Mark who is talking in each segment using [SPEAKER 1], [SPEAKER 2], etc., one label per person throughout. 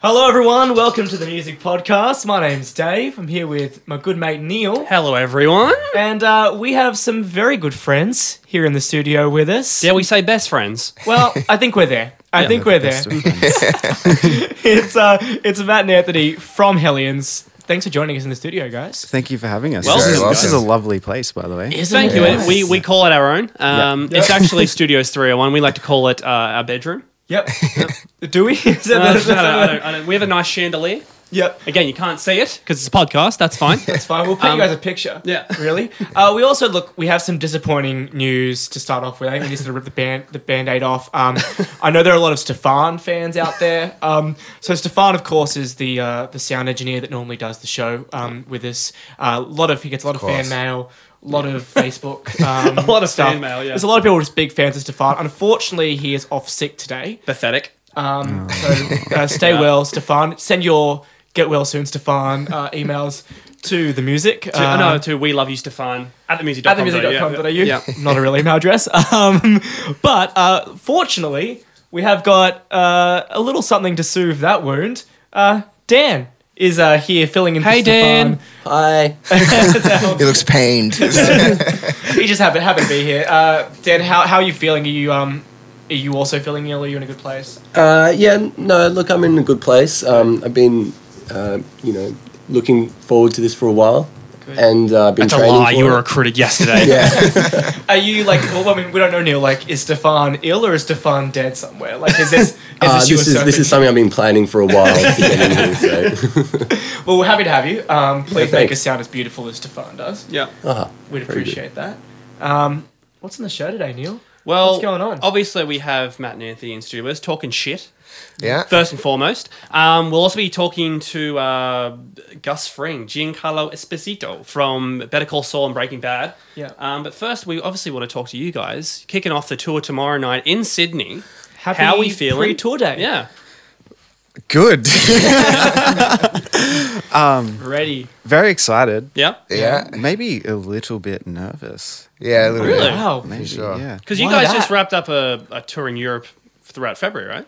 [SPEAKER 1] Hello, everyone. Welcome to the Music Podcast. My name's Dave. I'm here with my good mate Neil.
[SPEAKER 2] Hello, everyone.
[SPEAKER 1] And uh, we have some very good friends here in the studio with us.
[SPEAKER 2] Dare we say best friends?
[SPEAKER 1] Well, I think we're there. I think we're there. it's uh, it's Matt and Anthony from Hellions. Thanks for joining us in the studio, guys.
[SPEAKER 3] Thank you for having us.
[SPEAKER 2] Welcome.
[SPEAKER 3] this, is, this
[SPEAKER 4] Welcome.
[SPEAKER 3] is a lovely place, by the way.
[SPEAKER 2] Thank you.
[SPEAKER 1] Yes.
[SPEAKER 2] We, we call it our own. Um, It's actually Studios 301. We like to call it uh, our bedroom.
[SPEAKER 1] Yep. Do we? Is that-
[SPEAKER 2] Uh,
[SPEAKER 1] that's-
[SPEAKER 2] I don't- I don't- I don't- we have a nice chandelier.
[SPEAKER 1] Yep.
[SPEAKER 2] Again, you can't see it because it's a podcast. That's fine.
[SPEAKER 1] That's fine. We'll put you guys a picture.
[SPEAKER 2] Um, yeah.
[SPEAKER 1] Really. Uh, we also look. We have some disappointing news to start off with. I think we just sort of rip the band the band-aid off. Um, I know there are a lot of Stefan fans out there. Um, so Stefan, of course, is the uh, the sound engineer that normally does the show um, with us. Uh, a lot of he gets a lot of, fan
[SPEAKER 4] course.
[SPEAKER 1] mail. A lot of Facebook, um, a
[SPEAKER 2] lot of fan mail, yeah.
[SPEAKER 1] there's a lot of people just big fans of Stefan. Unfortunately, he is off sick today.
[SPEAKER 2] Pathetic.
[SPEAKER 1] Um, so uh, stay well, Stefan. Send your get well soon, Stefan, uh, emails to the music.
[SPEAKER 2] To,
[SPEAKER 1] uh,
[SPEAKER 2] no, to we love you, Stefan. At the music.
[SPEAKER 1] at themusic.com.au.
[SPEAKER 2] Yeah.
[SPEAKER 1] Not a real email address. Um, but uh, fortunately, we have got uh, a little something to soothe that wound. Uh, Dan is uh, here filling in
[SPEAKER 2] Hey,
[SPEAKER 1] for Stefan.
[SPEAKER 4] Hi. He looks pained.
[SPEAKER 1] He just happened, happened to be here. Uh, Dan, how, how are you feeling? Are you, um, are you also feeling ill? Are you in a good place?
[SPEAKER 4] uh, yeah, no, look, I'm in a good place. Um, I've been, uh, you know, looking forward to this for a while.
[SPEAKER 1] Good.
[SPEAKER 4] And uh, I've been
[SPEAKER 2] That's a
[SPEAKER 4] training
[SPEAKER 2] lie.
[SPEAKER 4] for
[SPEAKER 2] You
[SPEAKER 4] it.
[SPEAKER 2] were recruited yesterday.
[SPEAKER 4] Yeah.
[SPEAKER 1] Are you like? Well, I mean, we don't know, Neil. Like, is Stefan ill or is Stefan dead somewhere? Like, is this? Is
[SPEAKER 4] Uh,
[SPEAKER 1] this, you
[SPEAKER 4] this, is, this is something I've been planning for a while. to get into, so.
[SPEAKER 1] Well, we're happy to have you. Um, please make
[SPEAKER 4] thanks.
[SPEAKER 1] us sound as beautiful as Stefan does.
[SPEAKER 2] yeah.
[SPEAKER 4] Uh-huh.
[SPEAKER 1] We'd
[SPEAKER 4] Very good.
[SPEAKER 1] appreciate that. Um, what's in the show today, Neil?
[SPEAKER 2] Well,
[SPEAKER 1] What's going on?
[SPEAKER 2] Obviously, we have Matt and Anthony in studios talking shit.
[SPEAKER 4] Yeah.
[SPEAKER 2] First and foremost, um, we'll also be talking to uh, Gus Fring, Giancarlo Esposito from Better Call Saul and Breaking Bad.
[SPEAKER 1] Yeah.
[SPEAKER 2] Um, but first, we obviously want to talk to you guys. Kicking off the tour tomorrow night in Sydney.
[SPEAKER 1] Happy
[SPEAKER 2] How are we feeling?
[SPEAKER 1] Pre-tour day.
[SPEAKER 2] Yeah.
[SPEAKER 3] Good.
[SPEAKER 1] Ready.
[SPEAKER 3] Very excited.
[SPEAKER 2] Yeah.
[SPEAKER 5] Yeah,
[SPEAKER 3] Maybe a little bit nervous.
[SPEAKER 5] yeah, a little
[SPEAKER 2] Really?
[SPEAKER 5] bit.
[SPEAKER 1] Wow.
[SPEAKER 3] Maybe,
[SPEAKER 5] sure.
[SPEAKER 3] yeah.
[SPEAKER 2] Because you
[SPEAKER 1] Why
[SPEAKER 2] guys
[SPEAKER 1] that?
[SPEAKER 2] just wrapped up a, a tour in Europe throughout February, right?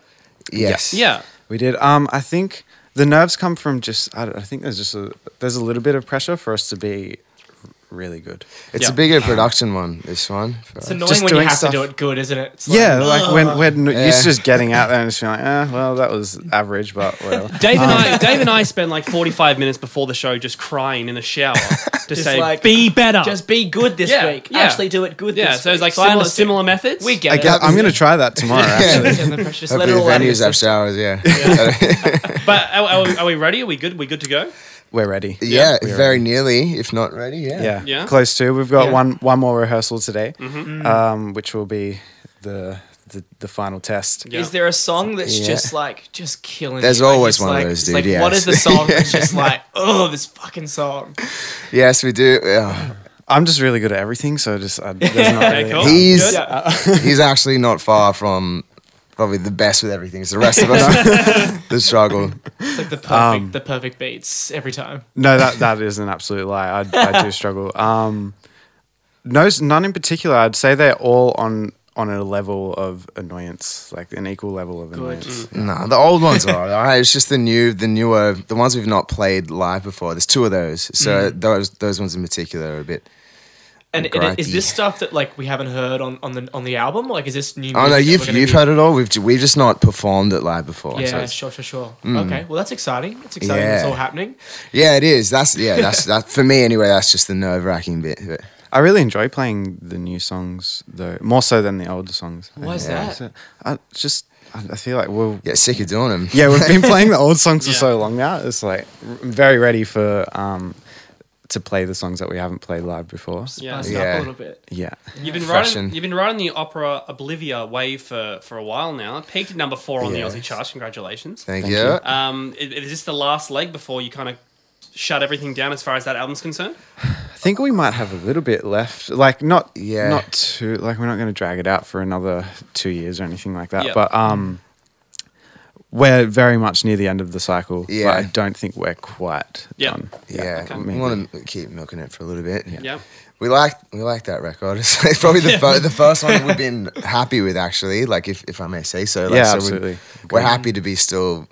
[SPEAKER 5] Yes.
[SPEAKER 2] Yeah.
[SPEAKER 3] We did. Um, I think the nerves come from just. I, don't- I think there's just a there's a little bit of pressure for us to be r- really good.
[SPEAKER 5] It's
[SPEAKER 2] Yeah.
[SPEAKER 5] a bigger production one. This one.
[SPEAKER 1] It's annoying
[SPEAKER 3] Just
[SPEAKER 1] when you
[SPEAKER 3] doing
[SPEAKER 1] have
[SPEAKER 3] stuff-
[SPEAKER 1] to do it good, isn't it? It's
[SPEAKER 3] yeah,
[SPEAKER 1] Like,
[SPEAKER 3] like when when are
[SPEAKER 5] Yeah.
[SPEAKER 3] used to just getting out there and just being like, eh, well, that was average, but whatever.
[SPEAKER 2] Dave
[SPEAKER 1] Uh,
[SPEAKER 2] and I, Dave and I spent like forty-five minutes before the show just crying in the shower to say,
[SPEAKER 1] like,
[SPEAKER 2] "Be better."
[SPEAKER 1] "Oh, just be good this
[SPEAKER 2] Yeah,
[SPEAKER 1] week.
[SPEAKER 2] yeah.
[SPEAKER 1] Actually, do it good.
[SPEAKER 2] yeah.
[SPEAKER 1] This
[SPEAKER 2] So it's
[SPEAKER 1] week. I
[SPEAKER 2] like similar,
[SPEAKER 1] understand.
[SPEAKER 2] similar methods.
[SPEAKER 1] We get
[SPEAKER 3] I
[SPEAKER 1] it.
[SPEAKER 3] guess, I'm gonna try that tomorrow. Actually,
[SPEAKER 1] Understand the pressure. Just let
[SPEAKER 5] Hopefully
[SPEAKER 1] it
[SPEAKER 5] the
[SPEAKER 1] all out of your
[SPEAKER 5] venues have
[SPEAKER 1] system.
[SPEAKER 5] showers. Yeah.
[SPEAKER 2] But are, are, we, are we ready? Are we good? we good to go?
[SPEAKER 3] we're ready.
[SPEAKER 5] yeah.
[SPEAKER 3] We're
[SPEAKER 5] very nearly, if not ready. Yeah.
[SPEAKER 3] yeah,
[SPEAKER 2] Yeah. Mm-hmm.
[SPEAKER 3] close to. We've got
[SPEAKER 1] Yeah.
[SPEAKER 3] one one more rehearsal today, um, which will be the the, the final test.
[SPEAKER 2] Yeah.
[SPEAKER 1] Is there a song that's
[SPEAKER 5] Yeah.
[SPEAKER 1] just like just killing?
[SPEAKER 5] There's
[SPEAKER 1] you? Like,
[SPEAKER 5] always
[SPEAKER 1] it's
[SPEAKER 5] one of
[SPEAKER 1] like,
[SPEAKER 5] those,
[SPEAKER 1] it's
[SPEAKER 5] dude,
[SPEAKER 1] Like,
[SPEAKER 5] yeah,
[SPEAKER 1] what is the
[SPEAKER 5] actually.
[SPEAKER 1] song that's just like, oh, this fucking song?
[SPEAKER 5] Yes, we do. Yeah.
[SPEAKER 3] I'm just really good at everything, so just I, there's not
[SPEAKER 2] Okay,
[SPEAKER 3] really-
[SPEAKER 2] cool.
[SPEAKER 5] He's
[SPEAKER 2] Good.
[SPEAKER 5] he's actually not far from probably the best with everything. It's the rest of us. the struggle.
[SPEAKER 1] It's like the perfect,
[SPEAKER 5] Um,
[SPEAKER 1] the perfect beats every time.
[SPEAKER 3] No, that that is an absolute lie. I, I do struggle. Um, no, s- none in particular. I'd say they're all on on a level of annoyance, like an equal level of annoyance.
[SPEAKER 2] Mm.
[SPEAKER 5] No, the old ones are. all right. It's just the new, the newer, the ones we've not played live before. There's two of those. So those those ones in particular are a bit.
[SPEAKER 1] And, and it- is
[SPEAKER 5] Gripey.
[SPEAKER 1] this stuff that like we haven't heard on, on the on the album? Like, is this new?
[SPEAKER 5] Oh no,
[SPEAKER 1] music that
[SPEAKER 5] you've
[SPEAKER 1] we're gonna
[SPEAKER 5] you've
[SPEAKER 1] be-
[SPEAKER 5] heard it all. We've ju- we've just not performed it live before. so
[SPEAKER 1] Yeah,
[SPEAKER 5] it's-
[SPEAKER 1] sure, sure, sure. Okay, well that's exciting. It's exciting. It's
[SPEAKER 5] Mm. Yeah.
[SPEAKER 1] all happening.
[SPEAKER 5] Yeah, it is. That's yeah. That's that for me anyway. That's just the nerve wracking bit. But
[SPEAKER 3] I really enjoy playing the new songs though, more so than the older songs.
[SPEAKER 1] Why is
[SPEAKER 3] Yeah.
[SPEAKER 1] that?
[SPEAKER 3] So, I just I, I feel like we'll.
[SPEAKER 5] get sick of doing them.
[SPEAKER 3] Yeah, we've been playing the old songs for
[SPEAKER 2] Yeah.
[SPEAKER 3] so long now. It's like r- I'm very ready for um, to play the songs that we haven't played live before.
[SPEAKER 2] Yeah.
[SPEAKER 1] Bust up
[SPEAKER 5] Yeah.
[SPEAKER 1] a little bit.
[SPEAKER 3] Yeah.
[SPEAKER 2] You've been
[SPEAKER 5] Fashion.
[SPEAKER 2] riding, you've been riding the opera Oblivia wave for, for a while now. Peaked at number four on
[SPEAKER 5] Yes.
[SPEAKER 2] the Aussie charts. Congratulations.
[SPEAKER 5] Thank,
[SPEAKER 3] Thank
[SPEAKER 5] you.
[SPEAKER 3] you.
[SPEAKER 2] Um, i- is this the last leg before you kind of shut everything down as far as that album's concerned?
[SPEAKER 3] I think we might have a little bit left. Like not
[SPEAKER 5] Yeah.
[SPEAKER 3] not too like we're not going to drag it out for another 2 years or anything like that.
[SPEAKER 2] Yeah.
[SPEAKER 3] But um we're very much near the end of the cycle. but
[SPEAKER 5] Yeah.
[SPEAKER 3] I don't think we're quite
[SPEAKER 2] Yeah.
[SPEAKER 3] done.
[SPEAKER 5] Yeah,
[SPEAKER 2] okay.
[SPEAKER 5] we want to keep milking it for a little bit.
[SPEAKER 2] Yeah.
[SPEAKER 5] We like we like that record. It's like probably the fir- the first one we've been happy with actually. Like if, if I may say so. Like,
[SPEAKER 3] Yeah,
[SPEAKER 5] so we-
[SPEAKER 3] absolutely.
[SPEAKER 5] We're happy to be still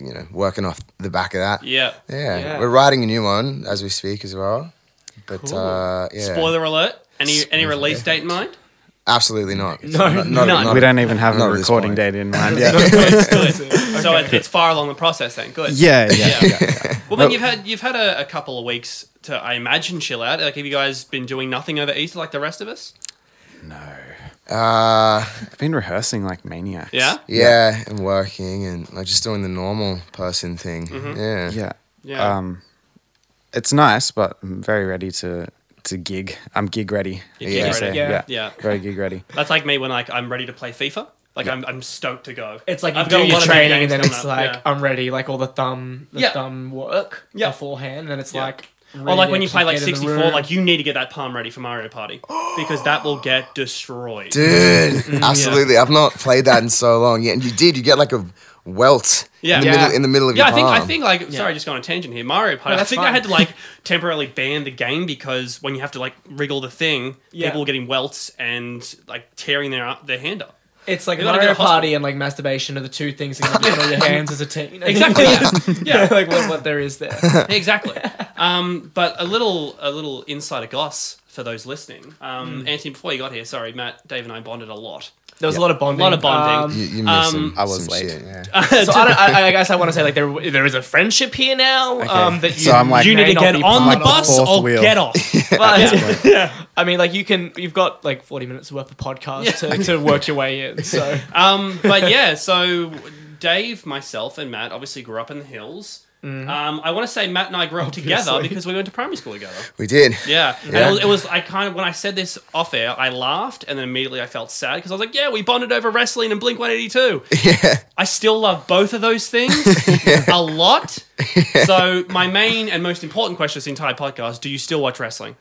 [SPEAKER 5] you know, working off the back of that.
[SPEAKER 2] Yeah.
[SPEAKER 5] Yeah.
[SPEAKER 1] Yeah.
[SPEAKER 5] We're writing a new one as we speak as well. But
[SPEAKER 1] Cool.
[SPEAKER 5] uh, yeah.
[SPEAKER 2] Spoiler alert. Any any release date in mind?
[SPEAKER 5] Absolutely not.
[SPEAKER 1] No, none.
[SPEAKER 5] not-
[SPEAKER 3] we don't even have
[SPEAKER 5] not
[SPEAKER 3] a
[SPEAKER 5] at this
[SPEAKER 3] recording
[SPEAKER 5] point.
[SPEAKER 3] date in mind.
[SPEAKER 5] Yeah.
[SPEAKER 2] So it, it's far along the process then. Good.
[SPEAKER 3] yeah, yeah.
[SPEAKER 2] Yeah. Well, then
[SPEAKER 3] No.
[SPEAKER 2] you've had you've had a, a couple of weeks to, I imagine, chill out. Like, have you guys been doing nothing over Easter like the rest of us?
[SPEAKER 5] Uh,
[SPEAKER 3] I've been rehearsing like maniacs.
[SPEAKER 2] Yeah.
[SPEAKER 5] yeah, and working and like just doing the normal person thing. Yeah.
[SPEAKER 3] Yeah.
[SPEAKER 2] Mm-hmm. Yeah.
[SPEAKER 3] Um, it's nice, but I'm very ready to to gig. I'm gig ready.
[SPEAKER 2] You're
[SPEAKER 5] gig
[SPEAKER 3] I
[SPEAKER 5] ready.
[SPEAKER 3] say.
[SPEAKER 1] Yeah.
[SPEAKER 3] yeah.
[SPEAKER 2] Yeah.
[SPEAKER 3] Very gig ready.
[SPEAKER 2] That's like me when like I'm ready to play FIFA. Like I'm, I'm stoked to go.
[SPEAKER 1] It's like you
[SPEAKER 2] I've
[SPEAKER 1] do
[SPEAKER 2] got a
[SPEAKER 1] your
[SPEAKER 2] lot of big
[SPEAKER 1] training and
[SPEAKER 2] games
[SPEAKER 1] then
[SPEAKER 2] coming
[SPEAKER 1] it's
[SPEAKER 2] up,
[SPEAKER 1] like oh,
[SPEAKER 2] yeah.
[SPEAKER 1] I'm ready, like all the thumb, the
[SPEAKER 2] Yeah.
[SPEAKER 1] thumb work
[SPEAKER 2] Yeah.
[SPEAKER 1] beforehand, and then it's
[SPEAKER 2] Yeah.
[SPEAKER 1] like.
[SPEAKER 2] Or like when
[SPEAKER 1] ready
[SPEAKER 2] you
[SPEAKER 1] to
[SPEAKER 2] play like
[SPEAKER 1] get in the
[SPEAKER 2] 64,
[SPEAKER 1] room.
[SPEAKER 2] like you need to get that palm ready for Mario Party because that will get destroyed. Mm-hmm.
[SPEAKER 5] Dude, absolutely. I've not played that in so long. Yeah, and you did. You get like a welt
[SPEAKER 2] Yeah.
[SPEAKER 5] in, the
[SPEAKER 2] Yeah.
[SPEAKER 5] Middle, in the middle of
[SPEAKER 2] yeah, I
[SPEAKER 5] your
[SPEAKER 2] think I
[SPEAKER 5] palm.
[SPEAKER 2] think like sorry, just going on a tangent here. Mario Party. I
[SPEAKER 1] that's
[SPEAKER 2] think I
[SPEAKER 1] fine.
[SPEAKER 2] had to like temporarily ban the game because when you have to like wriggle the thing,
[SPEAKER 1] Yeah.
[SPEAKER 2] people were getting welts and like tearing their their hand up.
[SPEAKER 1] It's like
[SPEAKER 2] You gotta
[SPEAKER 1] Mario
[SPEAKER 2] go to hospital.
[SPEAKER 1] Party and like masturbation are the two things that you put on your hands as a team. You know?
[SPEAKER 2] Exactly. yeah.
[SPEAKER 1] yeah, like what, what there is there.
[SPEAKER 2] exactly. Um, but a little a little insider goss for those listening.
[SPEAKER 1] Hmm.
[SPEAKER 2] Um, Anthony, before you got here, sorry, Matt, Dave, and I bonded a lot.
[SPEAKER 1] There was a lot of bonding.
[SPEAKER 2] Lot of bonding.
[SPEAKER 5] you,
[SPEAKER 1] Um,
[SPEAKER 5] you
[SPEAKER 2] um,
[SPEAKER 5] missed
[SPEAKER 2] Uh,
[SPEAKER 5] some,
[SPEAKER 3] I was
[SPEAKER 5] some
[SPEAKER 3] late.
[SPEAKER 5] shit, yeah.
[SPEAKER 1] so I, don't, I, I guess I want to say like there there is a friendship here now. Um, that you,
[SPEAKER 3] So I'm like-
[SPEAKER 1] you
[SPEAKER 2] you
[SPEAKER 1] need to get on the
[SPEAKER 3] part of.
[SPEAKER 1] bus.
[SPEAKER 2] bus
[SPEAKER 3] fourth
[SPEAKER 2] or
[SPEAKER 3] wheel.
[SPEAKER 2] get off.
[SPEAKER 1] But, I mean, like you can you've got like 40 minutes worth of podcast to, to work your way in. So
[SPEAKER 2] Um, but yeah, so Dave, myself, and Matt obviously grew up in the hills. Um, I want to say Matt and I grew up together
[SPEAKER 1] Obviously.
[SPEAKER 2] because we went to primary school together.
[SPEAKER 5] We did.
[SPEAKER 2] Yeah, and
[SPEAKER 5] Yeah.
[SPEAKER 2] It, was, it was. I kind of when I said this off air, I laughed, and then immediately I felt sad because I was like, "Yeah, we bonded over wrestling and Blink One Eighty Two.
[SPEAKER 5] Yeah.
[SPEAKER 2] I still love both of those things a lot. So my main and most important question this entire podcast: Do you still watch wrestling?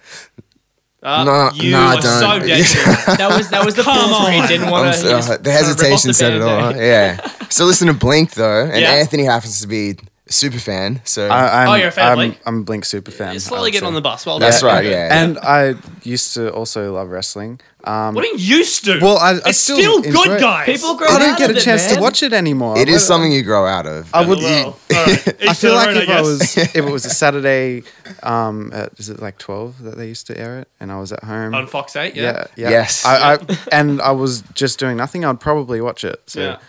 [SPEAKER 2] Uh,
[SPEAKER 5] No,
[SPEAKER 2] you
[SPEAKER 5] no, I
[SPEAKER 2] are so
[SPEAKER 5] don't.
[SPEAKER 2] dead. to me.
[SPEAKER 1] that was that was the
[SPEAKER 2] Come
[SPEAKER 1] point where he
[SPEAKER 2] on.
[SPEAKER 1] didn't
[SPEAKER 5] I'm
[SPEAKER 1] want
[SPEAKER 5] so- uh, the hesitation said it all. Yeah. So listen to Blink though, and
[SPEAKER 2] Yeah.
[SPEAKER 5] Anthony happens to be a super fan. So
[SPEAKER 3] I, I'm,
[SPEAKER 2] Oh, you're a fan of
[SPEAKER 3] I'm,
[SPEAKER 2] Blink?
[SPEAKER 3] I'm a Blink super fan.
[SPEAKER 2] You're
[SPEAKER 3] I
[SPEAKER 2] slowly
[SPEAKER 3] would
[SPEAKER 2] getting
[SPEAKER 3] say.
[SPEAKER 2] on the bus. Well,
[SPEAKER 5] that's
[SPEAKER 2] done.
[SPEAKER 5] right. Yeah.
[SPEAKER 3] And I used to also love wrestling. Um,
[SPEAKER 2] What are you used to?
[SPEAKER 3] Well, I- I
[SPEAKER 2] it's
[SPEAKER 3] still
[SPEAKER 2] still
[SPEAKER 3] enjoy
[SPEAKER 2] good,
[SPEAKER 3] it.
[SPEAKER 2] guys.
[SPEAKER 1] People grow
[SPEAKER 3] I
[SPEAKER 1] out
[SPEAKER 3] didn't get
[SPEAKER 1] of
[SPEAKER 3] a
[SPEAKER 1] it,
[SPEAKER 3] chance to
[SPEAKER 1] man.
[SPEAKER 3] watch it anymore.
[SPEAKER 5] it is
[SPEAKER 3] But
[SPEAKER 5] something you grow out of.
[SPEAKER 3] I would.
[SPEAKER 2] Well, all right.
[SPEAKER 3] I
[SPEAKER 2] Each to
[SPEAKER 3] feel
[SPEAKER 2] their
[SPEAKER 3] like
[SPEAKER 2] own,
[SPEAKER 3] if I
[SPEAKER 2] guess.
[SPEAKER 3] was if it was a Saturday, um, at, is it like twelve that they used to air it, and I was at home
[SPEAKER 2] on Fox Eight, yeah.
[SPEAKER 3] Yeah. yeah.
[SPEAKER 5] Yes.
[SPEAKER 3] I, I and I was just doing nothing. I'd probably watch it. So
[SPEAKER 2] Yeah.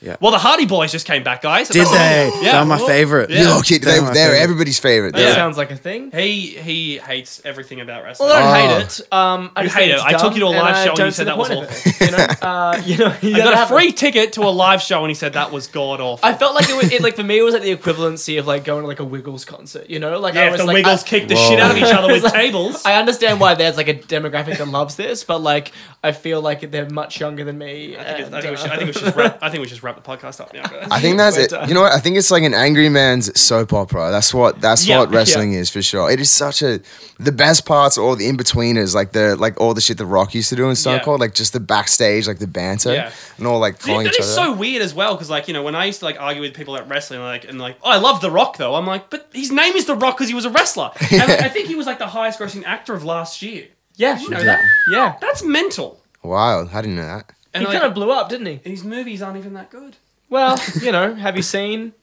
[SPEAKER 3] Yeah.
[SPEAKER 2] Well, the Hardy Boys just came back, guys.
[SPEAKER 3] did they?
[SPEAKER 2] Yeah.
[SPEAKER 3] They're my favorite.
[SPEAKER 2] Yeah.
[SPEAKER 5] Oh, kid, they,
[SPEAKER 3] my
[SPEAKER 5] they're
[SPEAKER 3] favorite.
[SPEAKER 5] everybody's favorite.
[SPEAKER 1] That
[SPEAKER 2] Yeah.
[SPEAKER 1] sounds like a thing.
[SPEAKER 2] He he hates everything about wrestling.
[SPEAKER 1] Well, I don't
[SPEAKER 5] Oh.
[SPEAKER 1] hate it. Um, I
[SPEAKER 2] You
[SPEAKER 1] just
[SPEAKER 2] hate
[SPEAKER 1] think
[SPEAKER 2] it.
[SPEAKER 1] it's
[SPEAKER 2] I took
[SPEAKER 1] dumb
[SPEAKER 2] you to a live
[SPEAKER 1] and I
[SPEAKER 2] show and you
[SPEAKER 1] don't see
[SPEAKER 2] said
[SPEAKER 1] the
[SPEAKER 2] that was
[SPEAKER 1] point of it. You know, uh, you know, you
[SPEAKER 2] I
[SPEAKER 1] gotta
[SPEAKER 2] got a
[SPEAKER 1] have it.
[SPEAKER 2] free ticket to a live show, and he said that was god awful.
[SPEAKER 1] I felt like it, was, it like for me it was like the equivalency of like going to like a Wiggles concert, you know? Like
[SPEAKER 2] yeah,
[SPEAKER 1] I
[SPEAKER 2] if
[SPEAKER 1] was
[SPEAKER 2] the
[SPEAKER 1] like
[SPEAKER 2] Wiggles
[SPEAKER 1] I,
[SPEAKER 2] kicked the
[SPEAKER 5] Whoa.
[SPEAKER 2] shit out of each other with
[SPEAKER 1] It's like-
[SPEAKER 2] tables.
[SPEAKER 1] I understand why there's like a demographic that loves this, but like I feel like they're much younger than me.
[SPEAKER 2] I think, it's-
[SPEAKER 1] and,
[SPEAKER 2] I, think
[SPEAKER 1] uh,
[SPEAKER 2] we should, I think we should just wrap. I think we should just wrap the podcast up now, guys.
[SPEAKER 5] I think that's
[SPEAKER 1] We're
[SPEAKER 5] it.
[SPEAKER 1] done.
[SPEAKER 5] You know what? I think it's like an angry man's soap opera. That's what that's
[SPEAKER 2] Yeah,
[SPEAKER 5] what wrestling is for sure. It is such a the best parts are all the in betweeners, like the like all the shit the Rock used to do in Stone
[SPEAKER 2] Yeah.
[SPEAKER 5] Cold, like just the backstage, like the banter
[SPEAKER 2] Yeah.
[SPEAKER 5] and all like
[SPEAKER 2] Dude,
[SPEAKER 5] calling
[SPEAKER 2] that
[SPEAKER 5] each
[SPEAKER 2] is
[SPEAKER 5] other.
[SPEAKER 2] so weird as well, because like you know, when I used to like argue with people at wrestling, like and like, oh, I love The Rock though. I'm like, but his name is The Rock because he was a wrestler. And, like, I think he was like the highest grossing actor of last year.
[SPEAKER 1] yeah,
[SPEAKER 2] You know that?
[SPEAKER 1] yeah.
[SPEAKER 2] That's mental.
[SPEAKER 5] Wild. I didn't know that.
[SPEAKER 2] And
[SPEAKER 1] he
[SPEAKER 2] like,
[SPEAKER 1] kind of blew up, didn't he?
[SPEAKER 2] these movies aren't even that good.
[SPEAKER 1] Well, you know, have you seen?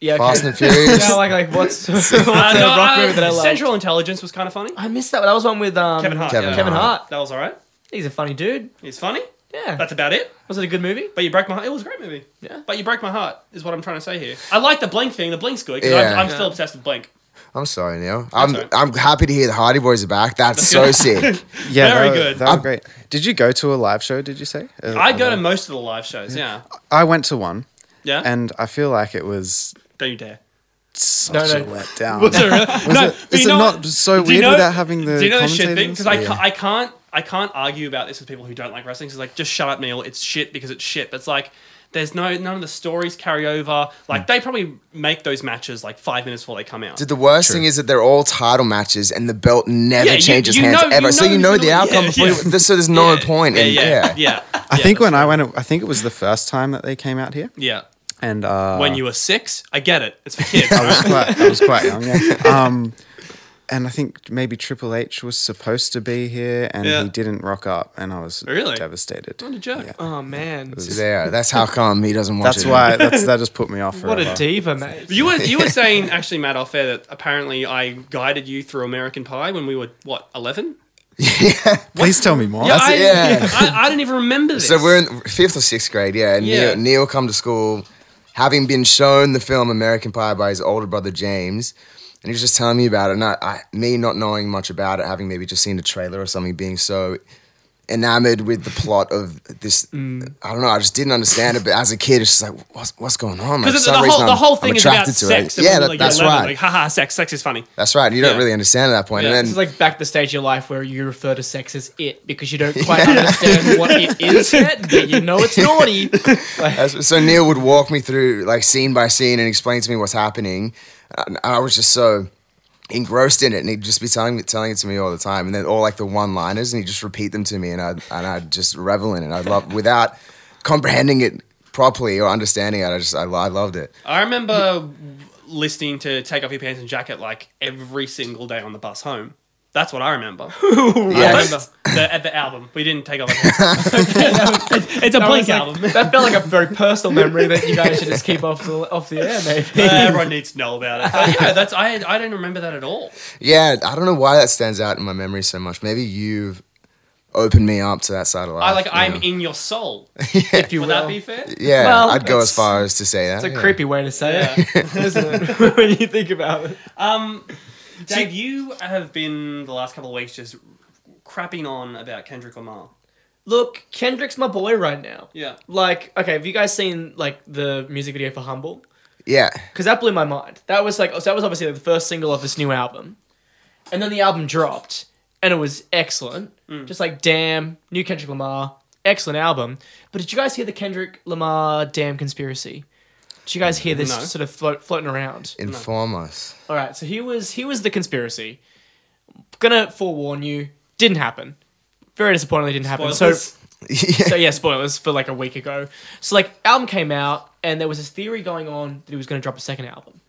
[SPEAKER 1] Yeah, okay.
[SPEAKER 5] Fast and Furious.
[SPEAKER 1] yeah, like like what's, what's a
[SPEAKER 2] Uh, no,
[SPEAKER 1] rock
[SPEAKER 2] uh,
[SPEAKER 1] movie that I like?
[SPEAKER 2] Central Intelligence was kind of funny.
[SPEAKER 1] I missed that. one. That was one with um,
[SPEAKER 2] Kevin Hart.
[SPEAKER 5] Kevin
[SPEAKER 2] yeah.
[SPEAKER 1] Kevin
[SPEAKER 5] Hart.
[SPEAKER 1] Hart.
[SPEAKER 2] That was all right.
[SPEAKER 1] He's a funny dude.
[SPEAKER 2] He's funny.
[SPEAKER 1] Yeah,
[SPEAKER 2] That's about it.
[SPEAKER 1] was it a good movie?
[SPEAKER 2] But you broke my heart. It was a great movie.
[SPEAKER 1] Yeah.
[SPEAKER 2] But you broke my heart, is what I'm trying to say here. I like the Blink thing. The Blink's good. 'cause I'm,
[SPEAKER 5] Yeah.
[SPEAKER 2] I'm still obsessed with Blink.
[SPEAKER 5] I'm sorry, Neil. I'm
[SPEAKER 2] all right.
[SPEAKER 5] I'm happy to hear the Hardy Boys are back. That's so sick.
[SPEAKER 3] Yeah,
[SPEAKER 2] Very
[SPEAKER 3] they were-
[SPEAKER 2] good.
[SPEAKER 3] They were
[SPEAKER 5] I'm-
[SPEAKER 3] great. Did you go to a live show? Did you say? Uh,
[SPEAKER 2] I go to
[SPEAKER 3] uh,
[SPEAKER 2] most of the live shows. Yeah.
[SPEAKER 3] I went to one,
[SPEAKER 2] Yeah.
[SPEAKER 3] and I feel like it was
[SPEAKER 2] Don't you dare.
[SPEAKER 3] such
[SPEAKER 1] No,
[SPEAKER 3] a
[SPEAKER 1] no.
[SPEAKER 3] letdown.
[SPEAKER 2] Was it really? no,
[SPEAKER 3] it-
[SPEAKER 2] do
[SPEAKER 3] is
[SPEAKER 2] you know
[SPEAKER 3] it
[SPEAKER 2] what-
[SPEAKER 3] not so
[SPEAKER 2] do you
[SPEAKER 3] weird
[SPEAKER 2] know-
[SPEAKER 3] without having the
[SPEAKER 2] Do you know the shit thing? Because I,
[SPEAKER 3] commentators?
[SPEAKER 2] ca- I can't, I can't argue about this with people who don't like wrestling. 'cause It's like just shut up, Neil. It's shit because it's shit. But it's like there's no none of the stories carry over.
[SPEAKER 3] Hmm.
[SPEAKER 2] Like they probably make those matches like five minutes before they come out.
[SPEAKER 5] Dude, the worst thing is that they're all title matches and the belt never
[SPEAKER 2] Yeah, you-
[SPEAKER 5] changes
[SPEAKER 2] you
[SPEAKER 5] hands
[SPEAKER 2] know-
[SPEAKER 5] ever.
[SPEAKER 2] you
[SPEAKER 5] so
[SPEAKER 2] know
[SPEAKER 5] you know
[SPEAKER 2] who's
[SPEAKER 5] the
[SPEAKER 2] gonna-
[SPEAKER 5] outcome
[SPEAKER 2] yeah,
[SPEAKER 5] before
[SPEAKER 2] yeah.
[SPEAKER 5] you- so there's no point.
[SPEAKER 2] yeah,
[SPEAKER 5] in,
[SPEAKER 2] yeah, yeah.
[SPEAKER 3] I
[SPEAKER 2] Yeah,
[SPEAKER 3] think
[SPEAKER 2] that's
[SPEAKER 3] when I
[SPEAKER 2] right.
[SPEAKER 3] went, I think it was the first time that they came out here,
[SPEAKER 2] yeah.
[SPEAKER 3] and uh,
[SPEAKER 2] When you were six, I get it. It's for kids.
[SPEAKER 3] I was quite, I was quite young. Yeah. Um, and I think maybe Triple H was supposed to be here and
[SPEAKER 2] Yeah.
[SPEAKER 3] he didn't rock up, and I was
[SPEAKER 2] Really?
[SPEAKER 3] devastated.
[SPEAKER 2] What a jerk.
[SPEAKER 1] Oh man,
[SPEAKER 5] So there, that's how come he doesn't watch
[SPEAKER 3] That's
[SPEAKER 5] it.
[SPEAKER 3] why that's, that just put me off.
[SPEAKER 1] what a
[SPEAKER 3] forever.
[SPEAKER 1] diva, mate.
[SPEAKER 2] You were you were saying actually, Matt, off air that apparently I guided you through American Pie when we were what eleven.
[SPEAKER 3] Please tell me more.
[SPEAKER 2] Yeah, I,
[SPEAKER 5] yeah.
[SPEAKER 2] I, I didn't even remember this.
[SPEAKER 5] So we're in fifth or sixth grade, yeah. And
[SPEAKER 2] Yeah.
[SPEAKER 5] Neil, Neil come to school, having been shown the film American Pie by his older brother James, and he was just telling me about it. And I, I, me not knowing much about it, having maybe just seen a trailer or something, being so enamored with the plot of this.
[SPEAKER 2] Mm.
[SPEAKER 5] I don't know. I just didn't understand it. But as a kid, it's just like, what's, what's going on? Like,
[SPEAKER 2] because
[SPEAKER 5] for
[SPEAKER 2] the
[SPEAKER 5] some
[SPEAKER 2] whole
[SPEAKER 5] reason
[SPEAKER 2] the
[SPEAKER 5] I'm-
[SPEAKER 2] whole
[SPEAKER 5] I'm
[SPEAKER 2] thing is about
[SPEAKER 5] attracted to it.
[SPEAKER 2] sex. and
[SPEAKER 5] Yeah,
[SPEAKER 2] when
[SPEAKER 5] that,
[SPEAKER 2] like you're
[SPEAKER 5] that's
[SPEAKER 2] 11,
[SPEAKER 5] right.
[SPEAKER 2] Like haha, sex. Sex is funny.
[SPEAKER 5] that's right. You don't
[SPEAKER 2] Yeah.
[SPEAKER 5] really understand at that point.
[SPEAKER 2] Yeah.
[SPEAKER 5] And
[SPEAKER 1] This
[SPEAKER 5] then
[SPEAKER 1] is like back the stage of your life where you refer to sex as it because you don't quite understand what it is yet, but you know it's naughty. Like,
[SPEAKER 5] As- so Neil would walk me through like scene by scene and explain to me what's happening. And I was just so engrossed in it, and he'd just be telling me, telling it to me all the time, and then all like the one liners, and he'd just repeat them to me, and I would and I'd just revel in it. I would love without comprehending it properly or understanding it. I just I, lo- I loved it.
[SPEAKER 2] I remember listening to "Take Off Your Pants and Jacket" like every single day on the bus home. That's what I remember. I remember the, at the album. We didn't take off our pants. it's, it's a
[SPEAKER 1] that,
[SPEAKER 2] Blink
[SPEAKER 1] was like-
[SPEAKER 2] album.
[SPEAKER 1] that felt like a very personal memory that you guys should just keep off the off the air, maybe.
[SPEAKER 2] Uh, everyone needs to know about it. But yeah, that's I. I don't remember that at all.
[SPEAKER 5] Yeah, I don't know why that stands out in my memory so much. Maybe you've opened me up to that side of life.
[SPEAKER 2] I like. I'm
[SPEAKER 5] yeah.
[SPEAKER 2] in your soul.
[SPEAKER 1] if you
[SPEAKER 2] Would
[SPEAKER 1] will.
[SPEAKER 2] that be fair?
[SPEAKER 5] Yeah,
[SPEAKER 1] Well,
[SPEAKER 5] I'd go as
[SPEAKER 1] it's-
[SPEAKER 5] far as to say that.
[SPEAKER 1] It's a
[SPEAKER 5] yeah.
[SPEAKER 1] creepy way to say
[SPEAKER 2] Yeah.
[SPEAKER 1] it, isn't it? when you think about it.
[SPEAKER 2] Um, Dave, you have been the last couple of weeks just crapping on about Kendrick Lamar.
[SPEAKER 1] Look, Kendrick's my boy right now.
[SPEAKER 2] Yeah.
[SPEAKER 1] Like, okay, have you guys seen like the music video for Humble?
[SPEAKER 5] Yeah,
[SPEAKER 1] because that blew my mind. That was like so that was obviously the first single of this new album, and then the album dropped, and it was excellent.
[SPEAKER 2] Mm.
[SPEAKER 1] Just like damn, new Kendrick Lamar, excellent album. But did you guys hear the Kendrick Lamar damn conspiracy? Did you guys hear this
[SPEAKER 2] No.
[SPEAKER 1] sort of float, floating around?
[SPEAKER 5] inform us.
[SPEAKER 1] All right, so he was he was the conspiracy. Gonna forewarn you, didn't happen. Very disappointingly, didn't happen. So
[SPEAKER 2] Spoilers.
[SPEAKER 5] yeah.
[SPEAKER 1] so yeah, spoilers for like a week ago. So like album came out and there was this theory going on that he was going to drop a second album.